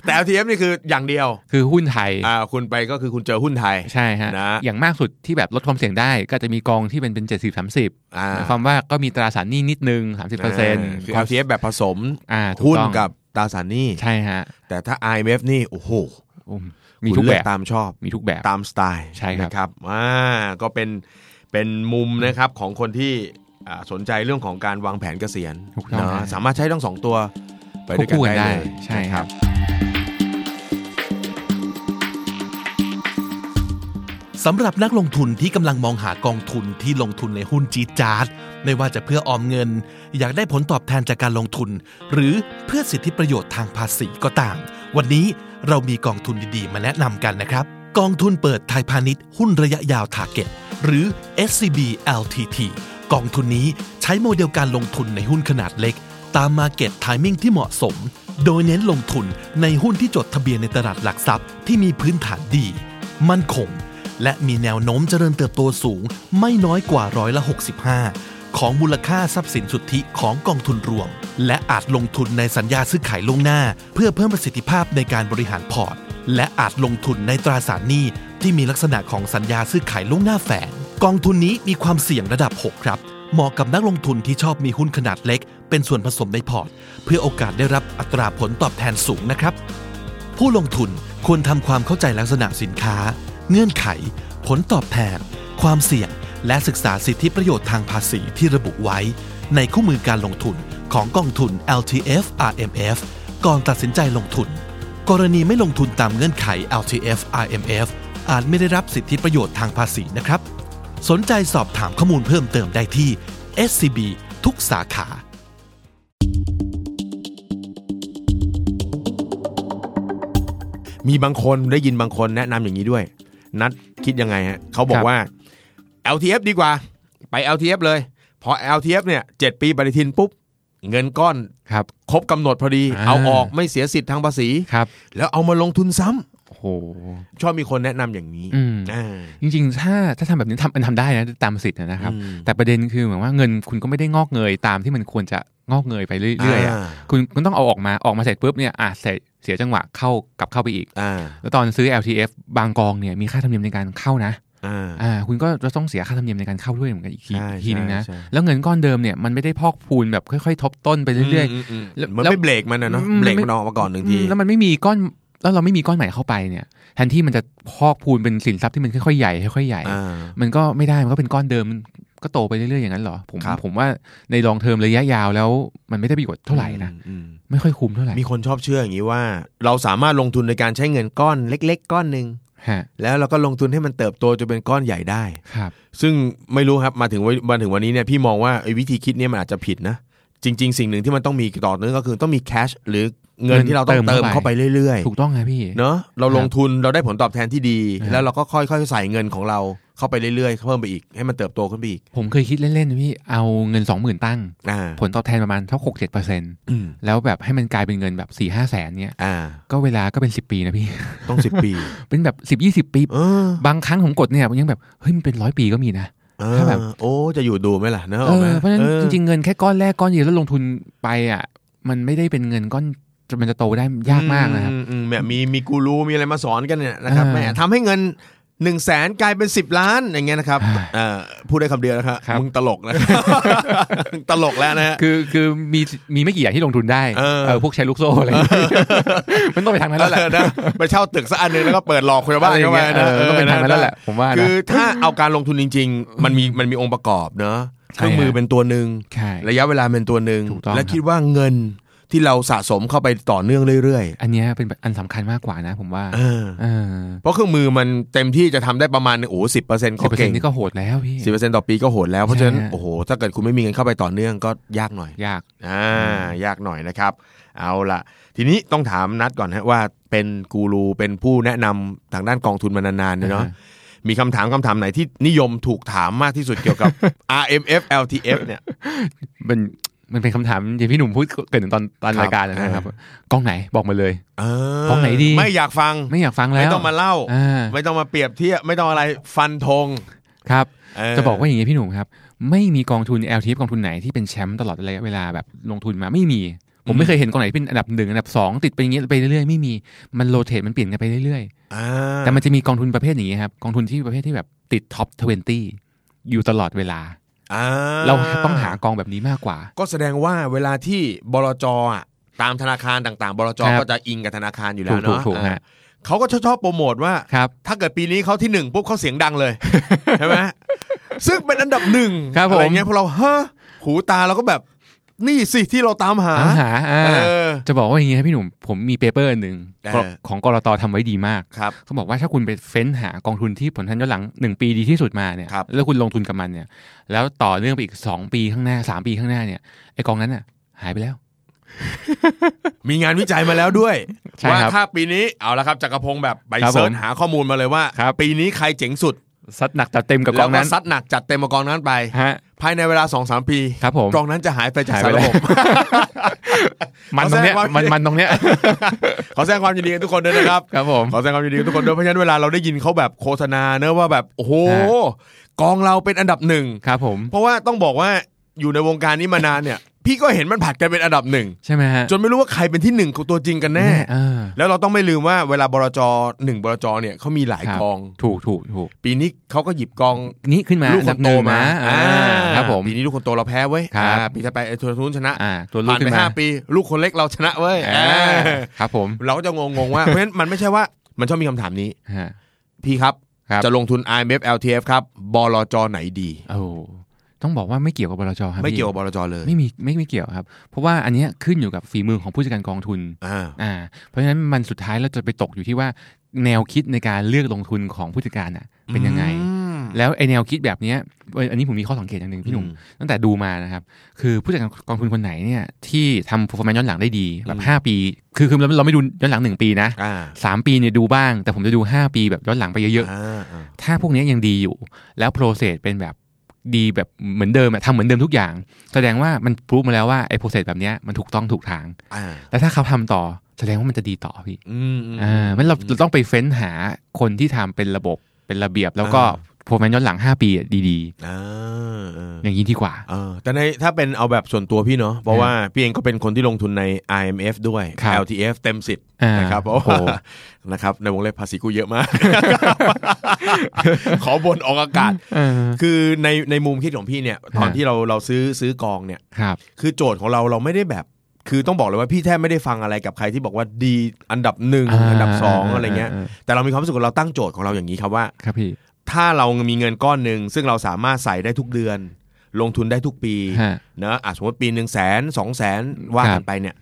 [SPEAKER 1] แต่ LTF นี่คืออย่างเดียว
[SPEAKER 2] คือหุ้นไทย
[SPEAKER 1] อ่าคุณไปก็คือคุณเจอหุ้นไทย
[SPEAKER 2] ใช่ฮะ
[SPEAKER 1] นะ
[SPEAKER 2] อย่างมากสุดที่แบบลดความเสี่ยงได้ก็จะมีกองที่เป็นเป็นเจ็ดสิบสามสิบ
[SPEAKER 1] อ่า
[SPEAKER 2] ความว่าก็มีตราสารหนี้นิดนึงสามสิบเปอร์เซ็นต์
[SPEAKER 1] คือ LTF แบบผสม
[SPEAKER 2] อ่าถู
[SPEAKER 1] หุ้น
[SPEAKER 2] ต้อง
[SPEAKER 1] กับตราสารหนี้
[SPEAKER 2] ใช่ฮะ
[SPEAKER 1] แต่ถ้า IMF นี่โอ้โห
[SPEAKER 2] อืมมี
[SPEAKER 1] คุณ
[SPEAKER 2] ทุก
[SPEAKER 1] เลื
[SPEAKER 2] แบอก บ
[SPEAKER 1] ตามชอบ
[SPEAKER 2] มีทุกแบบ
[SPEAKER 1] ตามสไตล์
[SPEAKER 2] ใช่ครับ
[SPEAKER 1] นะครับอ่าก็เป็นเป็นมุมนะครับของคนที่อ่าสนใจเรื่องของการวางแผนเกษียณ
[SPEAKER 2] ถูกต้อง
[SPEAKER 1] เนอะ
[SPEAKER 2] ฮะ
[SPEAKER 1] สามารถใช้ทั้งสองตัวไปด้วยกัน
[SPEAKER 2] ควบคู่กัน
[SPEAKER 1] ได้
[SPEAKER 2] ได้
[SPEAKER 1] เลย
[SPEAKER 2] ใช่ครับ
[SPEAKER 3] สำหรับนักลงทุนที่กำลังมองหากองทุนที่ลงทุนในหุ้นจีดจาร์ดไม่ว่าจะเพื่อออมเงิน อยากได้ผลตอบแทนจากการลงทุน หรือเพื่อสิทธิประโยชน์ทางภาษีก็ตาม วันนี้เรามีกองทุนดีๆ มาแนะนำกันนะครับ กองทุนเปิดไทยพาณิชย์หุ้นระยะยาวทาร์เก็ตหรือ SCB LTT กองทุนนี้ใช้โมเดลการลงทุนในหุ้นขนาดเล็ก ตาม Market Timing ที่เหมาะสม โดยเน้นลงทุนในหุ้นที่จดทะเบียนในตลาดหลักทรัพย์ที่มีพื้นฐานดี มั่นคง และมีแนวโน้มเจริญเติบโตสูง ไม่น้อยกว่าร้อยละ 65 ของมูลค่าทรัพย์สินสุทธิของกองทุนรวม และอาจลงทุนในสัญญาซื้อขายล่วงหน้า เพื่อเพิ่มประสิทธิภาพในการบริหารพอร์ต และอาจลงทุนในตราสารหนี้ที่มีลักษณะของสัญญาซื้อขายล่วงหน้าแฝงกองทุนนี้มีความเสี่ยงระดับ 6 ครับ เหมาะกับนักลงทุนที่ชอบมีหุ้นขนาดเล็ก เป็นส่วนผสมในพอร์ต เพื่อโอกาสได้รับอัตราผลตอบแทนสูงนะครับ ผู้ลงทุนควรทำความเข้าใจลักษณะสินค้า เงื่อนไข ผลตอบแทน ความเสี่ยง และศึกษาสิทธิประโยชน์ทางภาษีที่ระบุไว้ ในคู่มือการลงทุนของกองทุน LTF RMF ก่อนตัดสินใจลงทุน กรณีไม่ลงทุนตามเงื่อนไข LTF RMF อาจไม่ได้รับสิทธิประโยชน์ทางภาษีนะครับ สนใจสอบถามข้อมูลเพิ่มเติมได้ที่ SCB ทุกสาขา
[SPEAKER 1] มีบางคนได้ยินบางคนแนะนำอย่างนี้ด้วย นัดคิดยังไงฮะเขาบอก
[SPEAKER 2] ครับ
[SPEAKER 1] ว่า LTF ดีกว่า ไป LTF เลย พอ LTF เนี่ยเจ็ดปีปฏิทินปุ๊บ เงินก้อน
[SPEAKER 2] ครับ
[SPEAKER 1] ครบกำหนดพอดี
[SPEAKER 2] อ่า
[SPEAKER 1] เอาออกไม่เสียสิทธิ์ทางภาษี
[SPEAKER 2] ครับ
[SPEAKER 1] แล้วเอามาลงทุนซ้ำ
[SPEAKER 2] โอ้โห
[SPEAKER 1] ชอบมีคนแนะนำอย่างนี้
[SPEAKER 2] อืม
[SPEAKER 1] อ่า
[SPEAKER 2] จริงๆ ถ้าถ้าทำแบบนี้ทำมันทำได้นะตามสิทธิ์นะครับ
[SPEAKER 1] อืม
[SPEAKER 2] แต่ประเด็นคือเหมือนว่าเงินคุณก็ไม่ได้งอกเงยตามที่มันควรจะงอกเงยไปเรื่อยๆอะ
[SPEAKER 1] อ่า
[SPEAKER 2] คุณคุณต้องเอาออกมาออกมาเสร็จปุ๊บเนี่ยอ่ะเสร็จเสียจังหวะเข้ากลับเข้าไปอีก
[SPEAKER 1] อ่า
[SPEAKER 2] แล้วตอนซื้อ LTF บางกองเนี่ยมีค่าธรรมเนียมในการเข้านะ
[SPEAKER 1] อ่า
[SPEAKER 2] อ่าคุณก็จะต้องเสียค่าธรรมเนียมในการเข้าด้วยเหมือนกันอีกที
[SPEAKER 1] ใช่
[SPEAKER 2] อีกทีหนึงนะ
[SPEAKER 1] ใช่ใช่
[SPEAKER 2] แล้วเงินก้อนเดิมเนี่ยมันไม่ได้พอกพูนแบบค่อย ๆ ทบต้นไปเรื่อย
[SPEAKER 1] มม
[SPEAKER 2] แล้ว
[SPEAKER 1] เหมือนไม่เบรกมันนะเนาะเบรกมันออกมาก่อนหนึ่งที
[SPEAKER 2] ๆ แล้วมันไม่มีก้อนแล้วเราไม่มีก้อนใหม่เข้าไปเนี่ยแทนที่มันจะพอกพูนเป็นสินทรัพย์ที่มันค่อยๆใหญ่ค่อยๆใหญ่
[SPEAKER 1] อ่า
[SPEAKER 2] มันก็ไม่ได้มันก็เป็นก้อนเดิมมันก็โตไปเรื่อยๆอย่างนั้นเหรอผม
[SPEAKER 1] ครับ
[SPEAKER 2] ผมว่าในลองเทอมระยะยาวแล้วมันไม่ได้ประโยชน์เท่าไหร่นะ
[SPEAKER 1] อืม
[SPEAKER 2] ไม่ค่อยคุ้มเท่าไหร่
[SPEAKER 1] มีคนชอบเชื่ออย่างนี้ว่า เราสามารถลงทุนในการใช้เงินก้อนเล็ก ๆ ก้อนหนึ่ง
[SPEAKER 2] ฮะ
[SPEAKER 1] แล้วเราก็ลงทุนให้มันเติบโตจนเป็นก้อนใหญ่ได้
[SPEAKER 2] ครับ
[SPEAKER 1] ซึ่งไม่รู้ครับมาถึงวันมาถึงวันนี้เนี่ยพี่มองว่าไอ้วิธีคิดเนี่ยมันอาจจะผิดนะ จริง ๆ สิ่งหนึ่งที่มันต้องมีต่อเนื่องก็คือต้องมีแคชหรือเงิน
[SPEAKER 2] เงิน
[SPEAKER 1] ที่เราต้อง
[SPEAKER 2] เติ
[SPEAKER 1] เติม
[SPEAKER 2] ม
[SPEAKER 1] เข้า
[SPEAKER 2] เข้า
[SPEAKER 1] ไป
[SPEAKER 2] ไป
[SPEAKER 1] เรื่อย
[SPEAKER 2] ถูกต้องครับพี่
[SPEAKER 1] ๆเนาะเราลงทุนเราได้ผลตอบแทนที่ดี
[SPEAKER 2] ครับ
[SPEAKER 1] แล้วเราก็ค่อยๆใส่เงินของเราเข้าไปเรื่อยๆเพิ่มไปอีกให้มันเติบโตขึ้นไปอีก
[SPEAKER 2] ผมเคยคิดเล่นๆนะพี่เอาเงิน 20,000 ตั้ง
[SPEAKER 1] อ่า
[SPEAKER 2] ผลตอบแทนประมาณเท่า6 7เปอร์เซ็นต์
[SPEAKER 1] อืม
[SPEAKER 2] แล้วแบบให้มันกลายเป็นเงินแบบ4ี่ห้าแสนเนี่ย
[SPEAKER 1] อ่า
[SPEAKER 2] ก็เวลาก็เป็น 10 ปีนะพี่
[SPEAKER 1] ต้องสิบปี
[SPEAKER 2] เป็นแบบ 10 20 ปี
[SPEAKER 1] เออบ
[SPEAKER 2] างครั้งผมกดเนี่ยยังแบบเฮ้ยมันเป็นร้อยปีก็มีนะ
[SPEAKER 1] เออ
[SPEAKER 2] ถ้าแบบ
[SPEAKER 1] โอ้จะอยู่ดูไหมล่ะเนอะ
[SPEAKER 2] เออเพราะฉะนั้น
[SPEAKER 1] ออ
[SPEAKER 2] จริงๆเงินแค่ก้อนแรกก้อนเดียวแล้วลงทุนไปอ่ะ มันไม่ได้เป็นเงินก้อนมันจะโตได้ยากมากนะครับ
[SPEAKER 1] อือืมแหม่มีมีกูรูมีอะไรมาสอนกันเนี่ยนะครับ
[SPEAKER 2] อ่า
[SPEAKER 1] แหม่ทำให้เงินหนึ่งแสนกลายเป็นสิบล้านอย่างเงี้ยนะครับเอ่อพูดได้คำเดียวนะครับ
[SPEAKER 2] ครับ
[SPEAKER 1] มึงตลกนะ มึงตลกแล้วนะฮะ
[SPEAKER 2] คือคือมีมีไม่กี่อย่างที่ลงทุนได้
[SPEAKER 1] เออ
[SPEAKER 2] เออพวกแชร์ลูกโซ่อะไรอย่างเงี้ยมันต้องไปทางนั้นแล้วแหละ
[SPEAKER 1] เออนะไปเช่าตึกสักอันหนึ่งแล้วก็เปิดหลอกคนบ้านเข้าไป
[SPEAKER 2] อะไรอย่งเงี้ยเอ
[SPEAKER 1] นะ
[SPEAKER 2] อมันต้องเป็นทางนั้นแล้วแหละผมว่านะ
[SPEAKER 1] คือถ้าเอาการลงทุนจริง ๆ มันมีมันมีองค์ประกอบเนอะเค
[SPEAKER 2] ใช่
[SPEAKER 1] รื่องมือ
[SPEAKER 2] ฮะ
[SPEAKER 1] เป็นตัวหนึ่ง
[SPEAKER 2] ใช่
[SPEAKER 1] ระยะเวลาเป็นตัวหนึ่ง
[SPEAKER 2] ถูกต้อง
[SPEAKER 1] และ
[SPEAKER 2] ครับ
[SPEAKER 1] คิดว่าเงินที่เราสะสมเข้าไปต่อเนื่องเรื่อย
[SPEAKER 2] อันเนี้ยเป็นอันสำคัญมากกว่านะ ผมว่า
[SPEAKER 1] ๆเออ
[SPEAKER 2] เออ
[SPEAKER 1] เพราะเครื่องมือมันเต็มที่จะทำได้ประมาณหนึ่งโอ้สิบเปอร์เซ็นต์
[SPEAKER 2] สิ
[SPEAKER 1] ก็
[SPEAKER 2] บเปอร์เซ็
[SPEAKER 1] เก่
[SPEAKER 2] น
[SPEAKER 1] ง
[SPEAKER 2] ต์นี่ก็โหดแล้วพี่
[SPEAKER 1] สิบเปอร์เซ็นต์ต่อปีก็โหดแล้ว เพราะฉะนั้น
[SPEAKER 2] ใช่ฮะ
[SPEAKER 1] โอ้โหถ้าเกิดคุณไม่มีเงินเข้าไปต่อเนื่องก็ยากหน่อย
[SPEAKER 2] ยาก
[SPEAKER 1] อ่ายากหน่อยนะครับ เอาล่ะ ทีนี้ต้องถามนัดก่อนฮะว่าเป็นกูรูเป็นผู้แนะนำทางด้านกองทุนมานานๆเนี่ยเนาะมีคำถามคำถามไหนที่นิยมถูกถามมากที่สุดเกี่ยวกับ RMF LTF เนี่ย
[SPEAKER 2] มันมันเป็นคำถามที่พี่หนุ่มพูดเกริดตอนตอน
[SPEAKER 1] ครับ
[SPEAKER 2] รายการนะครับกล้องไหนบอกมาเลย
[SPEAKER 1] เออ
[SPEAKER 2] ของไหนดี
[SPEAKER 1] ไม่อยากฟัง
[SPEAKER 2] ไม่อยากฟังแล้ว
[SPEAKER 1] ไม่ต้องมาเล่า
[SPEAKER 2] อ่า
[SPEAKER 1] ไม่ต้องมาเปรียบเทียบไม่ต้องอะไรฟันธง
[SPEAKER 2] ครับ
[SPEAKER 1] เ
[SPEAKER 2] จะบอกว่าอย่างนี้พี่หนุ่มครับ ไม่มีกองทุน LTF กองทุนไหนที่เป็นแชมป์ตลอดระยะเวลาแบบลงทุนมาไม่มี ผมไม่เคยเห็นกองไหนที่เป็นอันดับหนึ่งอันดับสองติดไปอย่างเงี้ยไปเรื่อยๆไม่มีมันโรเตทมันเปลี่ยนกันไปเรื่อย
[SPEAKER 1] อ่า
[SPEAKER 2] ๆ แต่มันจะมีกองทุนประเภทอย่างนี้ครับกองทุนที่ประเภทที่แบบติดท็อป20 อยู่ตลอดเวลา
[SPEAKER 1] อ่
[SPEAKER 2] เราต้องหากองแบบนี้มากกว่า
[SPEAKER 1] ก็แสดงว่าเวลาที่บลจอ่ะตามธนาคารต่างๆ บลจ
[SPEAKER 2] ครับ
[SPEAKER 1] ก็จะอิงกับธนาคารอยู่แล้
[SPEAKER 2] ถู
[SPEAKER 1] ว
[SPEAKER 2] กถูก
[SPEAKER 1] เนาะ
[SPEAKER 2] ถูก
[SPEAKER 1] อ่า
[SPEAKER 2] ฮะ
[SPEAKER 1] เขาก็ชอบๆโปรโมทว่า
[SPEAKER 2] ครับ
[SPEAKER 1] ถ้าเกิดปีนี้เขาที่หนึ่งปุ๊บเขาเสียงดังเลย ใช่ไหมซึ่งเป็นอันดับหนึ่ง
[SPEAKER 2] ครับผม
[SPEAKER 1] อะไรเงี้ยพวกเราเฮ้อหูตาเราก็แบบ นี่สิที่เราตามหา
[SPEAKER 2] ตามหาอ่า
[SPEAKER 1] เออ
[SPEAKER 2] จะบอกว่าอย่างนี้ครับพี่หนุ่มผมมีเปเปอร์หนึ่ง
[SPEAKER 1] เออ
[SPEAKER 2] ของกรตทำไว้ดีมาก
[SPEAKER 1] ครับ
[SPEAKER 2] เขาบอกว่าถ้าคุณไปเฟ้นหากองทุนที่ผลทันย้อนหลังหนึ่งปีดีที่สุดมาเนี่ย
[SPEAKER 1] ครับ
[SPEAKER 2] แล้วคุณลงทุนกับมันเนี่ย แล้วต่อเนื่องไปอีกสองปีข้างหน้าสามปีข้างหน้าเนี่ยไอกองนั้นอ่ะ หายไปแล้ว
[SPEAKER 1] มีงานวิจัยมาแล้วด้วย
[SPEAKER 2] ใช่
[SPEAKER 1] ว่า
[SPEAKER 2] ครับ
[SPEAKER 1] ถ้าปีนี้เอาละครับจักรพงศ์แบบไป
[SPEAKER 2] ครับ
[SPEAKER 1] เสิร์ช
[SPEAKER 2] ผม
[SPEAKER 1] หาข้อมูลมาเลยว่า
[SPEAKER 2] ครับ
[SPEAKER 1] ปีนี้ใครเจ๋งสุด
[SPEAKER 2] ซัดหนักจัดเต็มกับก
[SPEAKER 1] แล้
[SPEAKER 2] อ
[SPEAKER 1] ว
[SPEAKER 2] ง
[SPEAKER 1] ก็
[SPEAKER 2] นั้น
[SPEAKER 1] ซัดหนักจัดเต็มกับกองนั้นไป
[SPEAKER 2] ฮะ
[SPEAKER 1] ภายในเวลาสองสามปี
[SPEAKER 2] ครับผม
[SPEAKER 1] กองนั้นจะหายไปจาก
[SPEAKER 2] หาย
[SPEAKER 1] สา
[SPEAKER 2] ไป
[SPEAKER 1] รระ
[SPEAKER 2] แล้
[SPEAKER 1] บบ
[SPEAKER 2] ว มันตรงเนี้
[SPEAKER 1] ขอแสด
[SPEAKER 2] ย
[SPEAKER 1] งความ
[SPEAKER 2] มันมันตรงเนี้ย
[SPEAKER 1] ขอแสดงความยินดีกับทุกคนด้วยนะครับ
[SPEAKER 2] ครับผม
[SPEAKER 1] ขอแสดงความยินดีกับทุกคนด้วยเพราะฉะนั้นเวลาเราได้ยินเขาแบบโฆษณาเนอะว่าแบบโอ้โห
[SPEAKER 2] ฮ
[SPEAKER 1] กองเราเป็นอันดับหนึ่ง
[SPEAKER 2] ครับผม
[SPEAKER 1] เพราะว่าต้องบอกว่าอยู่ในวงการนี้มานานเนี่ย พี่ก็เห็นมันผัดกันเป็นอันดับหนึ่ง
[SPEAKER 2] ใช่ไหมฮะ
[SPEAKER 1] จนไม่รู้ว่าใครเป็นที่หนึ่งของตัวจริงกันแน่
[SPEAKER 2] เออ
[SPEAKER 1] แล้วเราต้องไม่ลืมว่าเวลาบรจหนึ่งบรจเนี่ยเขามีหลายกอง
[SPEAKER 2] ถูกถูกถูก
[SPEAKER 1] ปีนี้เขาก็หยิบกอง
[SPEAKER 2] นี่ขึ้นมา
[SPEAKER 1] ลูก
[SPEAKER 2] อัน
[SPEAKER 1] ค
[SPEAKER 2] ดับ
[SPEAKER 1] นโต
[SPEAKER 2] หง
[SPEAKER 1] มา
[SPEAKER 2] นะอ่า
[SPEAKER 1] อ่า
[SPEAKER 2] ครับผม
[SPEAKER 1] ปีนี้ลูกคนโตเราแพ้เว้ย
[SPEAKER 2] ครับ
[SPEAKER 1] อ่าปีถัดไปไอ้ทัวร์ทุนชนะ
[SPEAKER 2] อ่า ตัวลูก
[SPEAKER 1] ผ่าน
[SPEAKER 2] ขึ้
[SPEAKER 1] ไป
[SPEAKER 2] นมา
[SPEAKER 1] ห้าปี ลูกคนเล็กเราชนะเว้ย
[SPEAKER 2] อ่า
[SPEAKER 1] เออ
[SPEAKER 2] ครับผม
[SPEAKER 1] เราก็จะงงๆว่า เพราะฉะนั้นมันไม่ใช่ว่ามันชอบมีคำถามนี้
[SPEAKER 2] ฮะ
[SPEAKER 1] พี่ครับ
[SPEAKER 2] ครับ
[SPEAKER 1] จะลงทุน IMF LTF ครับบลจไหนดี
[SPEAKER 2] โอ้ต้องบอกว่าไม่เกี่ยวกับบลจครับ
[SPEAKER 1] ไม่
[SPEAKER 2] พี่
[SPEAKER 1] เกี่ยวกับบลจเลย
[SPEAKER 2] ไม่มีไม่ไม่เกี่ยวครับ เพราะว่าอันเนี้ยขึ้นอยู่กับฝีมือของผู้จัดการกองทุน
[SPEAKER 1] อ่า
[SPEAKER 2] อ่าเพราะฉะนั้นมันสุดท้ายเราจะไปตกอยู่ที่ว่า แนวคิดในการเลือกลงทุนของผู้จัดการอ่ะเป็นยังไง
[SPEAKER 1] อืม
[SPEAKER 2] แล้วไอแนวคิดแบบเนี้ยเอ้ยอันนี้ผมมีข้อสังเกตอย่างหนึ่งพี่หนุ่ม
[SPEAKER 1] อืม
[SPEAKER 2] ตั้งแต่ดูมานะครับ คือผู้จัดการกองทุนคนไหนเนี่ยที่ทำ performance ย้อนหลังได้ดีแบ
[SPEAKER 1] อื
[SPEAKER 2] บ
[SPEAKER 1] ม
[SPEAKER 2] ห้าปี คือคือเราเราไม่ดูย้อนหลังหนึ่งปีนะ
[SPEAKER 1] อ่า
[SPEAKER 2] สามปีเนี่ยดูบ้าง แต่ผมจะดูห้าปีแบบย้อนหลังไปเยอะๆ
[SPEAKER 1] าอ่า
[SPEAKER 2] ถ้าพวกเนี้ยยังดีอยู่ แล้วโปรเซสเป็นแบบดีแบบเหมือนเดิมอะทำเหมือนเดิมทุกอย่าง แสดงว่ามันพรูฟมาแล้วว่าไอ้โปรเซสแบบเนี้ยมันถูกต้องถูกทาง
[SPEAKER 1] อ่า
[SPEAKER 2] แล้วถ้าเขาทำต่อแสดงว่ามันจะดีต่อพี่
[SPEAKER 1] อืมอืม
[SPEAKER 2] อ่ามันเราเราต้องไปเฟ้นหาคนที่ทำเป็นระบบเป็นระเบียบ แล้วก็
[SPEAKER 1] อ่า
[SPEAKER 2] โปรแมนย้อนหลัง 5 ปีอะดี
[SPEAKER 1] อ่าเออ
[SPEAKER 2] ๆ อย่างนี้ดีกว่า
[SPEAKER 1] เออแต่ในถ้าเป็นเอาแบบส่วนตัวพี่เนาะเพราะ
[SPEAKER 2] ฮะ
[SPEAKER 1] ว่าพี่เองก็เป็นคนที่ลงทุนใน IMF ด้วย
[SPEAKER 2] ครับ
[SPEAKER 1] LTF เต็มสิบ
[SPEAKER 2] อ่า
[SPEAKER 1] นะครับเพราะ
[SPEAKER 2] โอ้โห
[SPEAKER 1] ว่านะครับในวงเล็บภาษีกูเยอะ มาก ขอบนออกอากาศ
[SPEAKER 2] เออ
[SPEAKER 1] คือในในมุมคิดของพี่เนี่ย ตอน
[SPEAKER 2] ฮะ
[SPEAKER 1] ที่เราเราซื้อซื้อกองเนี่ย
[SPEAKER 2] ครับ
[SPEAKER 1] คือโจทย์ของเราเราไม่ได้แบบ คือต้องบอกเลยว่าพี่แทบไม่ได้ฟังอะไรกับใครที่บอกว่าดีอันดับหนึ่ง
[SPEAKER 2] อ่า
[SPEAKER 1] อันดับสองอะไรเงี้ย
[SPEAKER 2] อ่าอ่า
[SPEAKER 1] แต่เรามีความรู้สึกว่าเราตั้งโจทย์ของเราอย่างนี้ครับว่า
[SPEAKER 2] ครับพี่
[SPEAKER 1] ถ้าเรามีเงินก้อนหนึ่งซึ่งเราสามารถใส่ได้ทุกเดือน ลงทุนได้ทุกปี
[SPEAKER 2] ฮะ
[SPEAKER 1] เนอะอ่ะสมมติปีหนึ่งแสนสองแสนว่า
[SPEAKER 2] ค
[SPEAKER 1] กั
[SPEAKER 2] รั
[SPEAKER 1] น
[SPEAKER 2] บ
[SPEAKER 1] ไปเนี่ย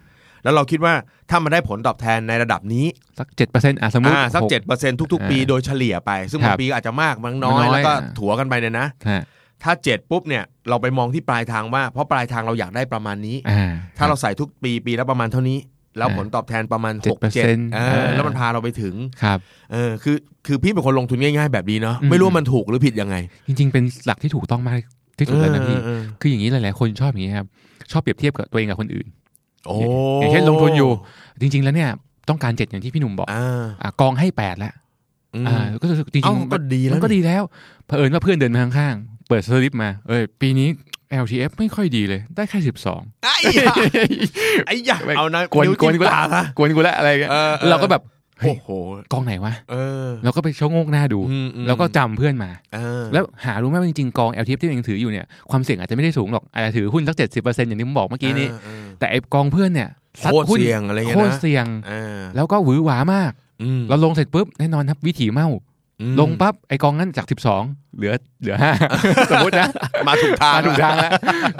[SPEAKER 1] แล้วเราคิดว่าถ้ามันได้ผลตอบแทนในระดับนี้
[SPEAKER 2] สักเจ็ดเปอร์เซ็นต์อ่ะสมมติ
[SPEAKER 1] อ่าสัก
[SPEAKER 2] ห
[SPEAKER 1] เจ็ดเปอร์เซ็นทุกๆ ปี
[SPEAKER 2] อ่า
[SPEAKER 1] โดยเฉลี่ยไป ซึ่
[SPEAKER 2] ครั
[SPEAKER 1] งา
[SPEAKER 2] บบ
[SPEAKER 1] งปีก็อาจจะมากบาง
[SPEAKER 2] มั
[SPEAKER 1] น้อนย
[SPEAKER 2] น้อย
[SPEAKER 1] แล้วก็
[SPEAKER 2] อ่ะ
[SPEAKER 1] ถัวกันไปเนี่ยนะ
[SPEAKER 2] ฮะ
[SPEAKER 1] ถ้าเจ็ดปุ๊บเนี่ยเราไปมองที่ปลายทางว่าเพราะปลายทางเราอยากได้ประมาณนี้
[SPEAKER 2] อ่า
[SPEAKER 1] ถ้าเราใส่ทุกปีปีละประมาณเท่านี้ แล้ว
[SPEAKER 2] อ่า
[SPEAKER 1] ผลตอบแทนประมาณ
[SPEAKER 2] 7%
[SPEAKER 1] หกเจ็ดเออแล้วมันพาเราไปถึง
[SPEAKER 2] ครับ
[SPEAKER 1] เออคือคือพี่เป็นคนลงทุนง่ายๆแบบนี้เนาะ
[SPEAKER 2] อืม
[SPEAKER 1] ไม่รู้ว่ามันถูกหรือผิดยังไง
[SPEAKER 2] จริง ๆ เป็นหลักที่ถูกต้องมากที่สุดแล้วนะพี่
[SPEAKER 1] เออเออ
[SPEAKER 2] คืออย่างนี้หลายๆคนชอบอย่างนี้ครับ ชอบเปรียบเทียบกับตัวเองกับคนอื่น
[SPEAKER 1] โอ้
[SPEAKER 2] อย่างเช่นลงทุนอยู่ จริง ๆ แล้วเนี่ยต้องการเจ็ดอย่างที่พี่หนุ่มบอก
[SPEAKER 1] อ่า
[SPEAKER 2] อ่ะกองให้แปดแล้ว
[SPEAKER 1] อืม
[SPEAKER 2] อ่าก็รู้สึกจริง
[SPEAKER 1] เอ้า
[SPEAKER 2] ๆ
[SPEAKER 1] ก็ดีแล้ว
[SPEAKER 2] มันก็ดีแล้วเผอิญว่าเพื่อนเดินมาข้างๆ เปิดสลิปมา เอ้ยปีนี้ LTF ไม่ค่อยดีเลย ได้ แค่
[SPEAKER 1] ไอ้ยะไอ้ยะ
[SPEAKER 2] แบบ
[SPEAKER 1] เอานะ
[SPEAKER 2] 12 กวน
[SPEAKER 1] นิ้
[SPEAKER 2] กวน
[SPEAKER 1] จิ้ม
[SPEAKER 2] กูละ
[SPEAKER 1] ตาซะ
[SPEAKER 2] กวนกูละอะไรเงี้ย
[SPEAKER 1] เออเออ
[SPEAKER 2] เราก็แบบเฮ้ย
[SPEAKER 1] โอ้โห
[SPEAKER 2] กองไหนวะ
[SPEAKER 1] เออ
[SPEAKER 2] เราก็ไปชะโงกหน้าดู
[SPEAKER 1] อืมอืม
[SPEAKER 2] แล้วก็จำเพื่อนมา
[SPEAKER 1] เออ
[SPEAKER 2] แล้วหารู้ไหมว่าจริงๆกอง LTF ที่ตัวเองถืออยู่เนี่ยความเสี่ยงอาจจะไม่ได้สูงหรอกอาจจะถือหุ้นสัก 70%อย่างที่ผมบอกเมื่อกี้นี้
[SPEAKER 1] เออ
[SPEAKER 2] แต่ไอ้กองเพื่อนเนี่ยซัด
[SPEAKER 1] โคตร
[SPEAKER 2] หุ้น
[SPEAKER 1] เสี่ยงอะไรเงี้ยนะ
[SPEAKER 2] โคตรเสี่ยง
[SPEAKER 1] เออ
[SPEAKER 2] แล้วก็หวือหวามาก
[SPEAKER 1] อืม
[SPEAKER 2] เราลงเสร็จปุ๊บแน่นอนครับวิถีเมา
[SPEAKER 1] อืม
[SPEAKER 2] ลงปั๊บไอกองนั้นจาก 12 เหลือเหลือ ห้า สมมตินะ
[SPEAKER 1] มาถูกทาง
[SPEAKER 2] มาถูกทางแล้ว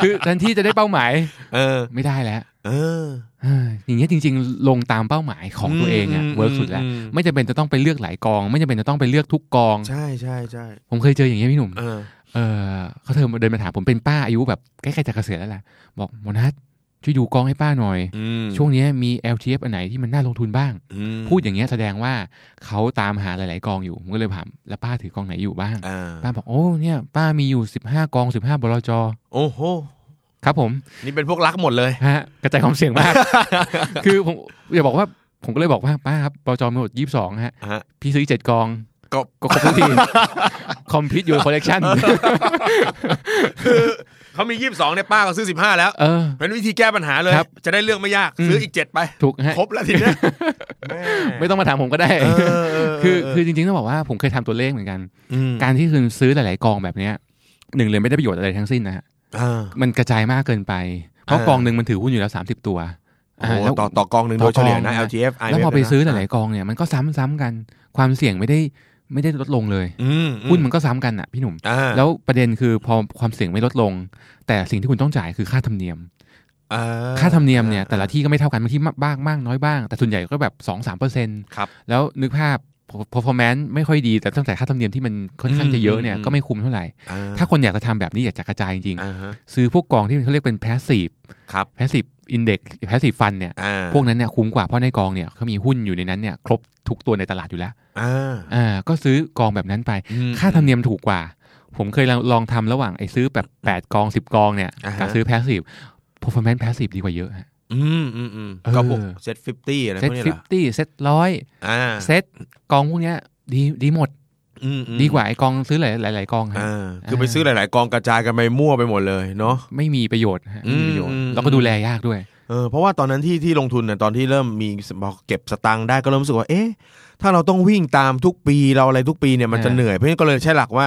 [SPEAKER 2] คือแทนที่จะได้เป้าหมาย
[SPEAKER 1] เออ
[SPEAKER 2] ไม่ได้แล้ว
[SPEAKER 1] เออ
[SPEAKER 2] เฮ้ยอย่างเงี้ยจริง ๆ ลงตามเป้าหมายของตัวเองอะเวิร์กสุดแล้ว
[SPEAKER 1] อืม
[SPEAKER 2] ไม่จำเป็นจะต้องไปเลือกหลายกอง ไม่จำเป็นจะต้องไปเลือกทุกกอง
[SPEAKER 1] ใช่ใช่ใช่
[SPEAKER 2] ผมเคยเจออย่างเงี้ยพี่หนุ่ม
[SPEAKER 1] เออ
[SPEAKER 2] เออเขาเธอมาเดินมาถามผมเป็นป้าอายุแบบใกล้ๆจะเกษียณแล้วล่ะ บอกหมอนัทช่วยดูกองให้ป้าหน่อย
[SPEAKER 1] อืม
[SPEAKER 2] ช่วงเนี้ยมี LTF อันไหนที่มันน่าลงทุนบ้าง
[SPEAKER 1] อืม
[SPEAKER 2] พูดอย่างเงี้ยแสดงว่าเขาตามหาหลาย ๆ กองอยู่ผมก็เลยถามแล้วป้าถือกองไหนอยู่บ้าง
[SPEAKER 1] อ่า
[SPEAKER 2] ป้าบอกโอ้เนี่ย ป้ามีอยู่ 15 กอง 15บลจ
[SPEAKER 1] โอ้โห
[SPEAKER 2] ครับผม
[SPEAKER 1] นี่เป็นพวกรักหมดเลย
[SPEAKER 2] ฮะกระจายความเสี่ยงมาก คือผมอย่าบอกว่าผมก็เลยบอกว่าป้าครับบลจมีหมด22ฮะ
[SPEAKER 1] ฮะ
[SPEAKER 2] พี่ซื้อ7กอง
[SPEAKER 1] ก็
[SPEAKER 2] ก็ครบทุ กที คอมพิวต์อยู่คอลเลกชัน
[SPEAKER 1] คือเขามียี่สิบสองเนี่ยป้าก็ซื้อสิบห้าแล้ว
[SPEAKER 2] เออ
[SPEAKER 1] เป็นวิธีแก้ปัญหาเลย
[SPEAKER 2] ครับ
[SPEAKER 1] จะได้เรื่องไม่ยาก
[SPEAKER 2] อืม
[SPEAKER 1] ซื้ออีกเจ็ดไป
[SPEAKER 2] ถูกฮะ
[SPEAKER 1] ครบแล้วทีเนี้ย
[SPEAKER 2] ไม่ต้องมาถามผมก็ได้
[SPEAKER 1] เออเเ
[SPEAKER 2] คือคือจริงๆต้องบอกว่าผมเคยทำตัวเลขเหมือนกัน
[SPEAKER 1] ม
[SPEAKER 2] การที่คุณซื้อหลาย ๆ กองแบบเนี้ยหนึ่งเลยไม่ได้ประโยชน์อะไรทั้งสิ้นนะฮะ
[SPEAKER 1] อ่า
[SPEAKER 2] มันกระจายมากเกินไป เพราะ
[SPEAKER 1] อ่าก ก
[SPEAKER 2] องหนึ่งมันถือหุ้นอยู่แล้ว30 ตัว
[SPEAKER 1] โอ้โห
[SPEAKER 2] อ่าแล้ว
[SPEAKER 1] ต่อต่อกองหนึ่ง
[SPEAKER 2] ต่
[SPEAKER 1] โด
[SPEAKER 2] อย
[SPEAKER 1] เฉลี่ยนะ
[SPEAKER 2] กองนะ
[SPEAKER 1] LTF
[SPEAKER 2] แล้วพอไปซื้อหลายๆกองเนี่ยมันก็ซ้ำๆกัน ความเสี่ยงไม่ได้ไม่ได้ลดลงเลย
[SPEAKER 1] ๆอืม
[SPEAKER 2] หุ้นมันก็ซ้ำกันอ่ะพี่หนุ่ม
[SPEAKER 1] อ่า
[SPEAKER 2] แล้วประเด็นคือพอความเสี่ยงไม่ลดลง แต่สิ่งที่คุณต้องจ่ายคือค่าธรรมเนียม
[SPEAKER 1] อ่
[SPEAKER 2] ค่าธรรมเนียมเนี่ยแต่ละที่ก็ไม่เท่ากันบางที่มากบ้างมากน้อยบ้าง แต่ส่วนใหญ่ก็แบบ2-3%สามเปอร์เซ็นต
[SPEAKER 1] ครับ
[SPEAKER 2] แล้วนึกภาพ performance ไม่ค่อยดีแต่ตั้งแต่ค่าธรรมเนียมที่มันค่อนข้างจะเยอะเนี่ย
[SPEAKER 1] อืม
[SPEAKER 2] ก็ไม่คุ้มเท่าไหร่
[SPEAKER 1] อ่
[SPEAKER 2] ถ้าคนอยากจะทำแบบนี้อยากจะกระจายจริง
[SPEAKER 1] อ่าฮะ
[SPEAKER 2] ๆ ซื้อพวกกองที่เขาเรียกเป็น passive
[SPEAKER 1] ครับ
[SPEAKER 2] passive index passive fund เนี่ย
[SPEAKER 1] อ่า
[SPEAKER 2] พวกนั้นเนี่ยคุ้มกว่าเพราะในกองเนี่ยเขามีหุ้นอยู่ในนั้นเนี่ยครบทุกตัวในตลาดอยู่แล้ว
[SPEAKER 1] อ่า
[SPEAKER 2] อ่าก็ซื้อกองแบบนั้นไป
[SPEAKER 1] อืม
[SPEAKER 2] ค่าธรรมเนียมถูกกว่า ผมเคยลองลองทำระหว่างไอ้ซื้อแบบ 8 กอง 10 กองเนี่ย
[SPEAKER 1] อ่าฮะ
[SPEAKER 2] กับซื้อ passive performance passive ดีกว่าเยอะฮะ
[SPEAKER 1] อืมอืมอืม
[SPEAKER 2] เออ
[SPEAKER 1] ก็พวกเซ็ตฟิฟตี้อะไร
[SPEAKER 2] เซ็
[SPEAKER 1] พว
[SPEAKER 2] ต
[SPEAKER 1] กนี้เห
[SPEAKER 2] ฟิ
[SPEAKER 1] ร
[SPEAKER 2] ฟ
[SPEAKER 1] อ
[SPEAKER 2] ตี้เซ็ตร้อย
[SPEAKER 1] อ่า
[SPEAKER 2] เซ็ตกองพวกเนี้ยดีดีหมด
[SPEAKER 1] อืมอืม
[SPEAKER 2] ดีกว่าไอ้กองซื้อหลายหลายหลายกองฮะ
[SPEAKER 1] อ่าคือไป
[SPEAKER 2] อ่า
[SPEAKER 1] ซื้อหลาย ๆ กองกระจายกันไปมั่วไปหมดเลยเนาะ
[SPEAKER 2] ไม่มีประโยชน์ฮะไม่มีประโยชน์
[SPEAKER 1] อืม
[SPEAKER 2] แล้วก็ดูแลยากด้วย
[SPEAKER 1] เออเพราะว่าตอนนั้นที่ที่ลงทุนน่ะตอนที่เริ่มมีพอเก็บสตังค์ได้ก็เริ่มรู้สึกว่า เอ๊ะ ถ้าเราต้องวิ่งตามทุกปีเราอะไรทุกปีเนี่ยมันจะ
[SPEAKER 2] อ่า
[SPEAKER 1] เหนื่อย เพราะฉะนั้นก็เลยใช่หลักว่า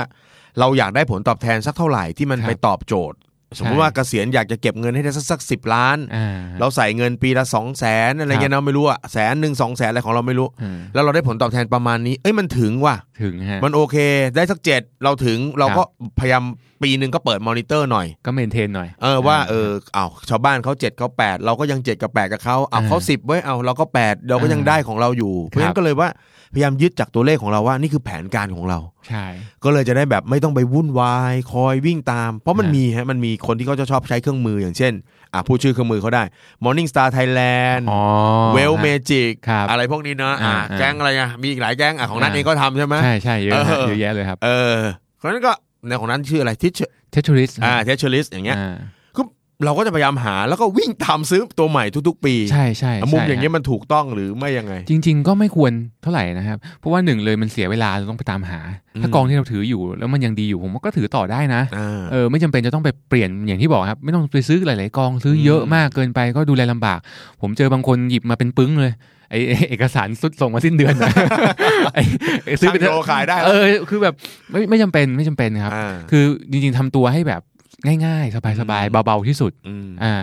[SPEAKER 1] เราอยากได้ผลตอบแทนสักเท่าไหร่ที่มัน
[SPEAKER 2] ครับ
[SPEAKER 1] ไปตอบโจทย์ สมมติว่าเกษียณอยากจะเก็บเงินให้ได้สักสักสิบล้าน
[SPEAKER 2] อ่า
[SPEAKER 1] เราใส่เงินปีละสองแสนอะไรเงี้ยเราไม่รู้อะแสนหนึ่งสองแสนอะไรของเราไม่รู้
[SPEAKER 2] อืม
[SPEAKER 1] แล้วเราได้ผลตอบแทนประมาณนี้ เอ้ยมันถึงว่ะ
[SPEAKER 2] ถึงฮะ
[SPEAKER 1] มันโอเคได้สักเจ็ดเราถึงเราก็พยายามปีหนึ่งก็เปิดมอนิเตอร์หน่อย
[SPEAKER 2] ก็เมนเทนหน่อย
[SPEAKER 1] เออว่าเออเอาชาวบ้านเขาเจ็ดเขาแปดเราก็ยังเจ็ดกับแปดกับเขาเอา
[SPEAKER 2] อ่า
[SPEAKER 1] เขาสิบไว้เอาเราก็แปดเราก็ยัง
[SPEAKER 2] อ่า
[SPEAKER 1] ได้ของเราอยู่ เพราะฉะนั้
[SPEAKER 2] ครั
[SPEAKER 1] น
[SPEAKER 2] บ
[SPEAKER 1] ก็เลยว่าพยายามยึดจากตัวเลขของเราว่านี่คือแผนการของเรา
[SPEAKER 2] ใช่
[SPEAKER 1] ก็เลยจะได้แบบไม่ต้องไปวุ่นวายคอยวิ่งตาม เพราะมัน
[SPEAKER 2] อ่ามี
[SPEAKER 1] มีฮะมันมีคนที่เขาจะชอบใช้เครื่องมืออย่างเช่นอ่ะพูดชื่อเครื่องมือเขาได้ Morning Star Thailand
[SPEAKER 2] อ๋อ
[SPEAKER 1] เวลเมจิก
[SPEAKER 2] ครับ
[SPEAKER 1] อะไรพวกนี้เนอะอ่ะ
[SPEAKER 2] อ่าอ่า
[SPEAKER 1] แก๊งอะไรอ่ะมีอีกหลายแก๊งอ่ะของนั้น
[SPEAKER 2] อ่า
[SPEAKER 1] เองก็ทำใช่ไหม
[SPEAKER 2] ใช่ใช่เยอะฮะ
[SPEAKER 1] เออ
[SPEAKER 2] เยอะแยะเลยครับ
[SPEAKER 1] เออเพราะฉะนั้นก็ในของนั้นชื่ออะไรทิช
[SPEAKER 2] เทชชูริส
[SPEAKER 1] อ่าเทชเชอริสอย่างเงี้ย
[SPEAKER 2] อ่า
[SPEAKER 1] คือเราก็จะพยายามหาแล้วก็วิ่งตามซื้อตัวใหม่ทุกๆ ปี
[SPEAKER 2] ใช่ใช่ใช่
[SPEAKER 1] มุมอย่างเงี้ย
[SPEAKER 2] ฮะ
[SPEAKER 1] มันถูกต้องหรือไม่ยังไง
[SPEAKER 2] จริง ๆ ก็ไม่ควรเท่าไหร่นะครับ เพราะว่าหนึ่งเลยมันเสียเวลาเราต้องไปตามหา
[SPEAKER 1] อืม
[SPEAKER 2] ถ้ากองที่เราถืออยู่แล้วมันยังดีอยู่ผมว่าก็ถือต่อได้นะ
[SPEAKER 1] อ่า
[SPEAKER 2] เออไม่จำเป็นจะต้องไปเปลี่ยนอย่างที่บอกครับ ไม่ต้องไปซื้อหลาย ๆ กองซื้อเยอะมากเกินไปก็ดูแลลำบาก ผมเจอบางคนหยิบมาเป็นปึ้งเลยไอไอ้เอกสารสุดส่งมาสิ้นเดือน นะ ไอ้ไอ้
[SPEAKER 1] ช่างโลขายได้แล้ว
[SPEAKER 2] เออคือแบบไม่ไม่จำเป็นไม่จำเป็นครับ
[SPEAKER 1] อ่า
[SPEAKER 2] คือจริง ๆทำตัวให้แบบง่าย ๆ สบาย
[SPEAKER 1] อืม
[SPEAKER 2] ๆ เบา ๆ ที่สุด
[SPEAKER 1] อืม
[SPEAKER 2] อ่า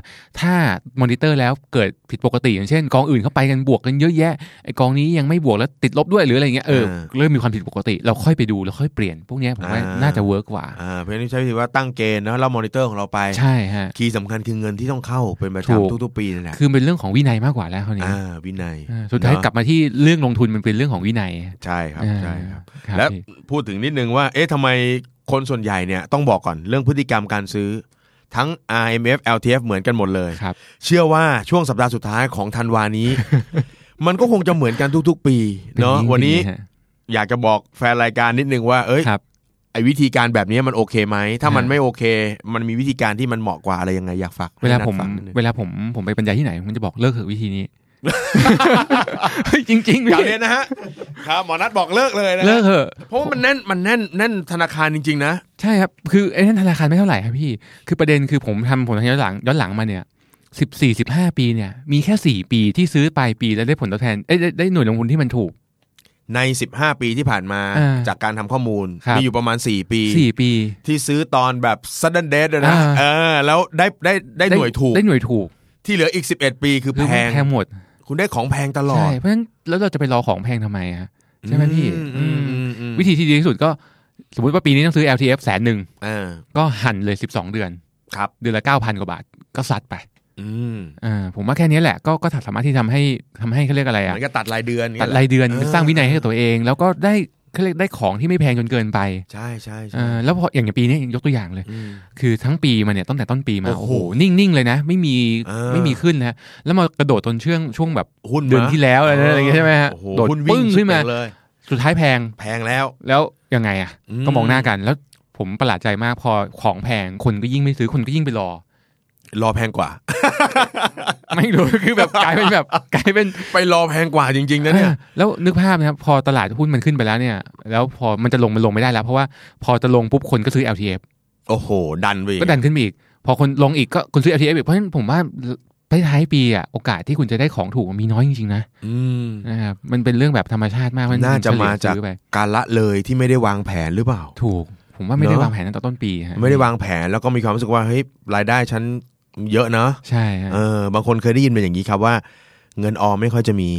[SPEAKER 2] ถ้ามอนิเตอร์แล้วเกิดผิดปกติ อย่างเช่น กองอื่นเข้าไปกันบวกกันเยอะแยะไอกองนี้ยังไม่บวกแล้วติดลบด้วยหรืออะไรเงี้ยเอออา เริ่มมีความผิดปกติ เราค่อยไปดูแล้วค่อยเปลี่ยนพวกเนี้ยผมว่า
[SPEAKER 1] อ่า
[SPEAKER 2] น่าจะเวิร์กกว่า
[SPEAKER 1] อ่าเพราะฉะนั้นใช้วิธีว่าตั้งเกณฑ์นะแล้วมอนิเตอร์ของเราไป
[SPEAKER 2] ใช่ฮะ
[SPEAKER 1] คีย์สำคัญคือเงินที่ต้องเข้าเป็นประ
[SPEAKER 2] ถูก
[SPEAKER 1] จำทุกๆ ปีนั่นแหละ
[SPEAKER 2] คือเป็นเรื่องของวินัยมากกว่าแล้วคราวนี้
[SPEAKER 1] อ่าวินัย
[SPEAKER 2] อ่าสุดท้าย
[SPEAKER 1] เนอะ
[SPEAKER 2] กลับมาที่เรื่องลงทุนมันเป็นเรื่องของวินัย
[SPEAKER 1] ใช่ครับใช่ครับ
[SPEAKER 2] อ่าครับ
[SPEAKER 1] แล้ว
[SPEAKER 2] พี่
[SPEAKER 1] พูดถึงนิดนึงว่า เอ๊ะทำไมคนส่วนใหญ่เนี่ยต้องบอกก่อนเรื่องพฤติกรรมการซื้อ ทั้ง IMF LTF เหมือนกันหมดเลย
[SPEAKER 2] ครับ
[SPEAKER 1] เชื่อว่าช่วงสัปดาห์สุดท้ายของธันวานี้ มันก็คงจะเหมือนกันทุกๆ ปีเนาะ
[SPEAKER 2] ป็
[SPEAKER 1] วันนี้
[SPEAKER 2] เป็ฮะ
[SPEAKER 1] อยากจะบอกแฟนรายการนิดนึงว่า เอ้ย
[SPEAKER 2] ครับ
[SPEAKER 1] ไอ้วิธีการแบบนี้มันโอเคไหม ถ้ามัน
[SPEAKER 2] ฮะ
[SPEAKER 1] ไม่โอเค มันมีวิธีการที่มันเหมาะกว่าอะไรยังไงอยากฝาก
[SPEAKER 2] เวลาผม
[SPEAKER 1] ให้นัดฝกนิดนึง
[SPEAKER 2] เวลาผมผมไปบรรยายที่ไหนผมจะบอกเลิกเถอะวิธีนี้ เฮ้ยจริงๆ
[SPEAKER 1] อย่า
[SPEAKER 2] พี่
[SPEAKER 1] เรียนนะฮะครับหมอนัทบอกเลิกเลยนะฮะ
[SPEAKER 2] เลิกเหอะ
[SPEAKER 1] เพราะว่ามันแน่นมันแน่นแน่นธนาคารจริง ๆ นะ
[SPEAKER 2] ใช่ครับ คือไอ้นั่นธนาคารไม่เท่าไหร่ครับพี่ คือประเด็นคือผมทำผลตอบแทนย้อนหลังย้อนหลังมาเนี่ยสิบสี่สิบห้าปีเนี่ย มีแค่สี่ปีที่ซื้อปลายปีแล้วได้ผลตอบแทนเอ้ยได้ได้หน่วยลงทุนที่มันถูก
[SPEAKER 1] ใน 15 ปีที่ผ่านมา
[SPEAKER 2] อ่า
[SPEAKER 1] จากการทำข้อมูล
[SPEAKER 2] ครับ
[SPEAKER 1] มีอยู่ประมาณ 4 ปี
[SPEAKER 2] สี่ปี
[SPEAKER 1] ที่ซื้อตอนแบบ sudden death เลยนะ
[SPEAKER 2] อ่า
[SPEAKER 1] เออแล้วได้ได้ได้หน่วยถูก
[SPEAKER 2] ได้หน่วยถูก
[SPEAKER 1] ที่เหลืออีก 11 ปีคือ
[SPEAKER 2] คือ
[SPEAKER 1] แพง
[SPEAKER 2] แพงหมด
[SPEAKER 1] คุณได้ของแพงตลอด
[SPEAKER 2] ใช่เพราะฉะนั้นแล้วเราจะไปรอของแพงทำไมฮะใช่ไหมพี่
[SPEAKER 1] อื
[SPEAKER 2] อืม
[SPEAKER 1] อืมอืม
[SPEAKER 2] วิธีที่ดีที่สุดก็ สมมติว่าปีนี้ต้องซื้อ LTF แสนหนึ่ง
[SPEAKER 1] อ่า
[SPEAKER 2] ก็หั่นเลย 12 เดือน
[SPEAKER 1] ครับ
[SPEAKER 2] เดือนละ 9,000 กว่าบาทก็ซัดไป
[SPEAKER 1] อืม
[SPEAKER 2] อ่าผมว่าแค่นี้แหละก็ก็สามารถที่ทำให้ทำให้เขาเรียกอะไร
[SPEAKER 1] เห
[SPEAKER 2] อะ
[SPEAKER 1] มือนกับตัดรายเดือนอย่ง
[SPEAKER 2] ตั
[SPEAKER 1] เงี้
[SPEAKER 2] ด
[SPEAKER 1] ย
[SPEAKER 2] รายเดือน
[SPEAKER 1] เออ
[SPEAKER 2] สร้างวินัยให้กับตัวเอง แล้วก็ได้เขาเรียกได้ของที่ไม่แพงจนเกินไป
[SPEAKER 1] ใช่ใช่
[SPEAKER 2] เอ
[SPEAKER 1] ใช่
[SPEAKER 2] อแล้วพออย่างอย่างปีนี้ยกตัวอย่างเลย
[SPEAKER 1] อืม
[SPEAKER 2] คือทั้งปีมาเนี่ยตั้งแต่ต้นปีมา
[SPEAKER 1] โอ้
[SPEAKER 2] โอ้
[SPEAKER 1] โห
[SPEAKER 2] โหนิ่งๆเลยนะ ไม่มี
[SPEAKER 1] เออ
[SPEAKER 2] ไม่มีขึ้นนะฮะแล้วมากระโดดตอนช่วงช่วงแบบ
[SPEAKER 1] หุ้น
[SPEAKER 2] เดือนที่แล้วอะไรนะอะไรอย่างเงี้ยใช่ไหมฮะ
[SPEAKER 1] โอ้โห
[SPEAKER 2] โดด
[SPEAKER 1] หุ้นวิ่
[SPEAKER 2] ปึ้
[SPEAKER 1] ง
[SPEAKER 2] ง
[SPEAKER 1] ขึ้
[SPEAKER 2] ขึ้
[SPEAKER 1] น
[SPEAKER 2] น
[SPEAKER 1] มา
[SPEAKER 2] มา
[SPEAKER 1] เลย
[SPEAKER 2] สุดท้ายแพง
[SPEAKER 1] แพงแล้ว
[SPEAKER 2] แล้วยังไงอ่ะ
[SPEAKER 1] อืม
[SPEAKER 2] ก็มองหน้ากันแล้วผมประหลาดใจมากพอของแพงคนก็ยิ่งไม่ซื้อคนก็ยิ่งไปรอ
[SPEAKER 1] รอแพงกว่า
[SPEAKER 2] ไม่รู้ คือแบบกลายเป็นแบบกลายเป็น
[SPEAKER 1] ไปรอแพงกว่าจริง ๆ นะเนี่ย
[SPEAKER 2] อ่าแล้วนึกภาพนะครับพอตลาดหุ้นมันขึ้นไปแล้วเนี่ย แล้วพอมันจะลงมันลงไม่ได้แล้ว เพราะว่าพอจะลงปุ๊บคนก็ซื้อ LTF
[SPEAKER 1] โอ้โห ดันไปอีก
[SPEAKER 2] ก็ดันขึ้นไปอีก พอคนลงอีกก็คนซื้อ LTF อีกเพราะฉะนั้นผมว่าท้ายๆปีอ่ะโอกาสที่คุณจะได้ของถูกมันมีน้อยจริงๆนะ
[SPEAKER 1] อืม
[SPEAKER 2] นะครับมันเป็นเรื่องแบบธรรมชาติมากเพรฉ
[SPEAKER 1] น่าจะมาจาก
[SPEAKER 2] เฉลี่ยซื้อไป
[SPEAKER 1] การละเลยที่ไม่ได้วางแผนหรือเปล่า
[SPEAKER 2] ถูก ผมว่าไม่ได้
[SPEAKER 1] เนอะ
[SPEAKER 2] วางแผนตั้งแต่ต้นปีฮะ
[SPEAKER 1] ไม่ได้วางแผนแล้วก็มีความรู้สึกว่าเฮ้ยรายได้ฉันเยอะเนาะ
[SPEAKER 2] ใช่ฮะ
[SPEAKER 1] เออบางคนเคยได้ยินเป็นอย่างนี้ครับว่า เงินออมไม่ค่อย จะมี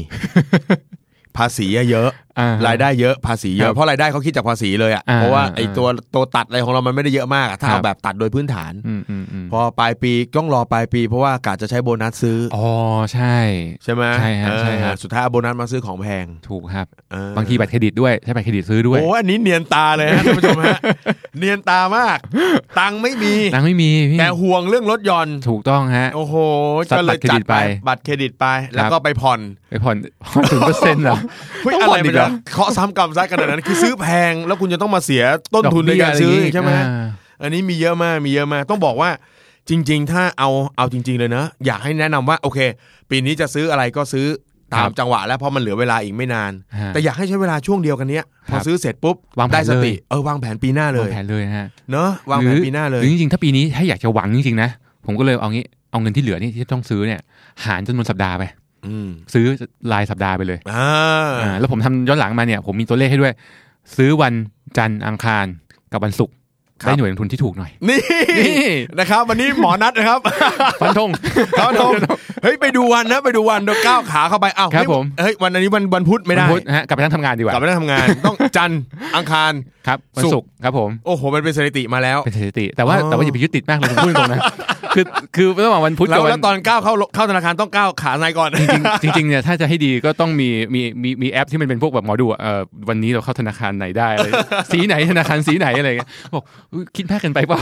[SPEAKER 1] ภาษีอะเยอะ
[SPEAKER 2] อ่ฮะ
[SPEAKER 1] รายได้เยอะภาษีเย
[SPEAKER 2] ครั
[SPEAKER 1] อะ
[SPEAKER 2] บ
[SPEAKER 1] เพราะรายได้เขาคิดจากภาษีเลยอ่ะ
[SPEAKER 2] อ่า
[SPEAKER 1] เพราะว่า
[SPEAKER 2] อ่า
[SPEAKER 1] ไอ้ตัวตัวตัดอะไรของเรามันไม่ได้เยอะมากอะถ้า
[SPEAKER 2] ครับ
[SPEAKER 1] เอาแบบตัดโดยพื้นฐาน
[SPEAKER 2] อืมอืมอืม
[SPEAKER 1] พอปลายปีต้องรอปลายปี เพราะว่ากาจะใช้โบนัสซื้ออ
[SPEAKER 2] อ๋อใช่
[SPEAKER 1] ใช่ไหม
[SPEAKER 2] ใช่ฮะใช่ฮะ
[SPEAKER 1] เออสุดท้ายเอาโบนัสมาซื้อของแพง
[SPEAKER 2] ถูกครับ
[SPEAKER 1] เออ
[SPEAKER 2] บางทีบัตรเครดิตด้วยใช้บัตรเครดิตซื้อด้วย
[SPEAKER 1] โอ้อันนี้เนียนตา เลยฮะท่านผู้ชมฮะ เนียนตามาก ตังค์ไม่มี
[SPEAKER 2] ตังค์ไม่มีพี่
[SPEAKER 1] แต่ห่วงเรื่องรถยนต์
[SPEAKER 2] ถูกต้องฮะ
[SPEAKER 1] โอ้โห
[SPEAKER 2] จัด
[SPEAKER 1] ก็เลยจัดไปบัตรเครดิตไป
[SPEAKER 2] ครับ
[SPEAKER 1] แล้วก็ไปผ่อน
[SPEAKER 2] ไปผ่อนผ่อนถึงเปอร์เซ็นต์เหรอ
[SPEAKER 1] เฮ้ย
[SPEAKER 2] ต้อง
[SPEAKER 1] อะไร
[SPEAKER 2] ผ่อนอี
[SPEAKER 1] ไป
[SPEAKER 2] กเหรอ
[SPEAKER 1] นะเคาะซ้ำกำซัดขนาดนั้นคือซื้อแพงแล้วคุณจะต้องมาเสียต้นทุน
[SPEAKER 2] ด
[SPEAKER 1] ใน
[SPEAKER 2] กเบี้
[SPEAKER 1] การซื้อ
[SPEAKER 2] อะรย่างงี้
[SPEAKER 1] ใช่ไหม
[SPEAKER 2] อ่า
[SPEAKER 1] อันนี้มีเยอะมากมีเยอะมากต้องบอกว่าจริง ๆ ถ้าเอาเอาจริง ๆ เลยนะอยากให้แนะนำว่าโอเค ปีนี้จะซื้ออะไรก็ซื้อตาม
[SPEAKER 2] ครับ
[SPEAKER 1] จังหวะ แล้วเพราะมันเหลือเวลาอีกไม่นาน
[SPEAKER 2] ฮะ
[SPEAKER 1] แต่อยากให้ใช้เวลาช่วงเดียวกันเนี้ยพอ
[SPEAKER 2] ครับ
[SPEAKER 1] ซื้อเสร็จปุ๊บ
[SPEAKER 2] วางแผน
[SPEAKER 1] ได้ส
[SPEAKER 2] เลย
[SPEAKER 1] ติเออวางแผนปีหน้าเล
[SPEAKER 2] วาง
[SPEAKER 1] ย
[SPEAKER 2] แผนเลยนะฮะ
[SPEAKER 1] เนอะวางแผนปีหน้าเลย
[SPEAKER 2] หรือจริงๆ ถ้าปีนี้ถ้าอยากจะหวังจริงๆนะ ผมก็เลยเอางี้เอาเงินที่เหลือนี่ที่ต้องซื้อเนี่ย หารจำนวนสัปดาห์ไป
[SPEAKER 1] อืม
[SPEAKER 2] ซื้อรายสัปดาห์ไปเลย
[SPEAKER 1] อ่า
[SPEAKER 2] อ่าแล้วผมทำย้อนหลังมาเนี่ย ผมมีตัวเลขให้ด้วย ซื้อวันจันทร์อังคารกับวันศุกร์ได้หน่วยลงทุนที่ถูกหน่อย
[SPEAKER 1] นี่
[SPEAKER 2] นี่
[SPEAKER 1] นะครับ วันนี้หมอนัดนะครับ
[SPEAKER 2] ฟันธง
[SPEAKER 1] ครับผมเฮ้ยไปดูวันนะไปดูวันเดี๋ยวก้าวขาเข้าไปอ้าว
[SPEAKER 2] ครับ
[SPEAKER 1] เฮ้ย
[SPEAKER 2] ผม
[SPEAKER 1] เฮ้ยวันอันนี้วันวันพุธไม่ได้
[SPEAKER 2] วันพุธฮะกลับไปนั่งทำงานดีกว่าก
[SPEAKER 1] ลับไปนั่งทำงาน ต้องจันทร์อังคาร
[SPEAKER 2] ครับวัน
[SPEAKER 1] ศุ
[SPEAKER 2] ศุ
[SPEAKER 1] ก
[SPEAKER 2] ก
[SPEAKER 1] ร์
[SPEAKER 2] ร์ครับผม
[SPEAKER 1] โอ้โหมันเป็นสถิติมาแล้ว
[SPEAKER 2] เป็นสถิติแต่ว่า
[SPEAKER 1] อ๋อ
[SPEAKER 2] แต่ว่าอย่าไปยึดติดมากเลยผมพูด ตรงๆนะคือคือระหว่างวันพุธ
[SPEAKER 1] แล้
[SPEAKER 2] กับ
[SPEAKER 1] ว
[SPEAKER 2] วั
[SPEAKER 1] แล้ว
[SPEAKER 2] น
[SPEAKER 1] ตอนก้าวเข้าเข้าธนาคารต้องก้าวขาในก่อน
[SPEAKER 2] จริงๆจริงๆเนี่ยถ้าจะให้ดีก็ต้องมีมีมีมีแอปที่มันเป็นพวกแบบหมอดูอะเอ่อวันนี้เราเข้าธนาคารไหนได้อะไร สีไหนธนาคารสีไหนอะไรเงี้ยบอกอุ๊ยคิดมากเกินไปเปล่า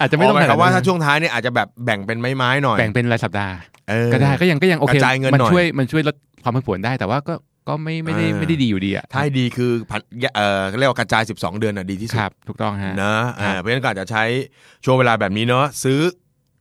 [SPEAKER 2] อาจจะไม่ต้อง
[SPEAKER 1] หมายความว่า
[SPEAKER 2] ขน
[SPEAKER 1] ถ้า
[SPEAKER 2] ดนั้น
[SPEAKER 1] ช่วงท้ายเนี่ยอาจจะแบบแบ่งเป็นไม้ๆหน่อย
[SPEAKER 2] แบ่งเป็นรายสัปดาห์
[SPEAKER 1] เออ
[SPEAKER 2] ก็ได้ก็ยังก็ยังโอเค
[SPEAKER 1] กระจายเงิน
[SPEAKER 2] มั
[SPEAKER 1] หน่อย
[SPEAKER 2] ช่วยมันช่วยลดความผันผวนได้แต่ว่าก็ก็ไม่ไม่ได้
[SPEAKER 1] เออ
[SPEAKER 2] ไม่ได้ดีอยู่ดีอ่ะ
[SPEAKER 1] ถ้าให้ดีคือผัดเออเรียกว่ากระจาย 12 เดือนน่ะดีที่สุ
[SPEAKER 2] ค
[SPEAKER 1] ด
[SPEAKER 2] รับถูกต้องฮะ
[SPEAKER 1] นะอ่า
[SPEAKER 2] ครับ
[SPEAKER 1] เพราะฉะนั้นก็อาจจะใช้ช่วงเวลาแบบนี้เนาะซื้อ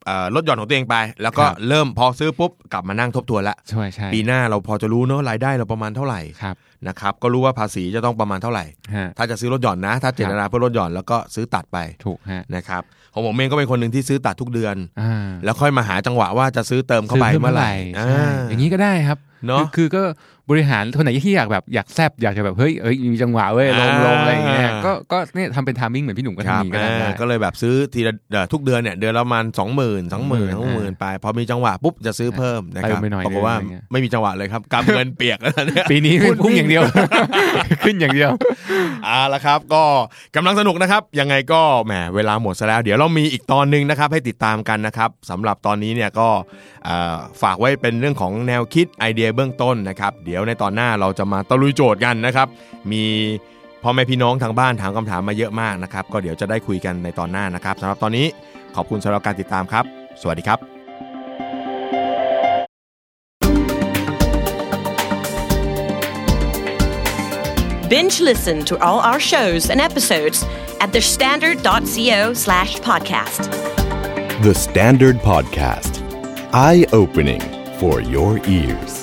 [SPEAKER 1] เอ่อลดหย่อนของตัวเองไป แล้วก็
[SPEAKER 2] ครับ
[SPEAKER 1] เริ่มพอซื้อปุ๊บกลับมานั่งทบทวนละ
[SPEAKER 2] ช่วยใช่
[SPEAKER 1] ปีหน้าเราพอจะรู้เนาะรายได้เราประมาณเท่าไหร่
[SPEAKER 2] ครับ
[SPEAKER 1] นะครับก็รู้ว่าภาษีจะต้องประมาณเท่าไหร่
[SPEAKER 2] ฮะ
[SPEAKER 1] ถ้าจะซื้อลดหย่อนนะ ถ้าเจตนาเพื่อลดหย่อนแล้วก็ซื้อตัดไป
[SPEAKER 2] ถูกฮะ
[SPEAKER 1] นะครับของผมเองก็เป็นคนหนึ่งที่ซื้อตัดทุกเดือน
[SPEAKER 2] อ่า
[SPEAKER 1] แล้วค่อยมาหาจังหวะว่าจะซื้อเติมเข้าไป
[SPEAKER 2] ซื้
[SPEAKER 1] เมื่อไหร่
[SPEAKER 2] ใช่อย่างนี้ก็ได้ครับ
[SPEAKER 1] เนาะ
[SPEAKER 2] คือคือก็บริหารคนไหนที่อยากแบบอยากแซบอยากจะแบบเฮ้ยเอ้ยมีจังหวะเว้ยลง
[SPEAKER 1] อ่า
[SPEAKER 2] ลงอะไรอย่างเงี้ยก็ก็เนี่ยทำเป็นทามมิ่งเหมือนพี่หนุ่มก็
[SPEAKER 1] ครับ
[SPEAKER 2] ทำนี่ก็
[SPEAKER 1] เอ
[SPEAKER 2] ทำ
[SPEAKER 1] อ
[SPEAKER 2] ได้
[SPEAKER 1] ก็เลยแบบซื้อทีละเอ่อทุกเดือนเนี่ยเดือนละประมาณสองหมื่นสองหมื่นสองหมื่นไปพอมีจังหวะปุ๊บจะซื้อเพิ่มนะครับ
[SPEAKER 2] เติมไปหน่อย
[SPEAKER 1] ปรากฏว่า
[SPEAKER 2] อะไรเงี้ย
[SPEAKER 1] ไม่มีจังหวะเลยครับกำเงินเปียกแล้วเนี่ย
[SPEAKER 2] ปีนี้
[SPEAKER 1] หุ้น
[SPEAKER 2] พุ่งอย่างเดียว ขึ้นอย่างเดียว
[SPEAKER 1] เอาละครับก็กำลังสนุกนะครับ ยังไงก็แหมเวลาหมดซะแล้ว เดี๋ยวเรามีอีกตอนหนึงนะครับ ให้ติดตามกันนะครับสำหรับตอนนี้เนี่ยก็เอ่อฝากไว้เป็นเรื่องของแนวคิดไอเดียเบื้องต้นนะครับ เดี๋ยวในตอนหน้าเราจะมาตะลุยโจทย์กันนะครับ มีพ่อแม่พี่น้องทางบ้านถามคำถามมาเยอะมากนะครับ ก็เดี๋ยวจะได้คุยกันในตอนหน้านะครับสำหรับตอนนี้ขอบคุณสำหรับการติดตามครับ สวัสดีครับ
[SPEAKER 4] Binge listen to all our shows and episodes at thestandard.co slash podcast.
[SPEAKER 5] The Standard Podcast. Eye opening for your ears.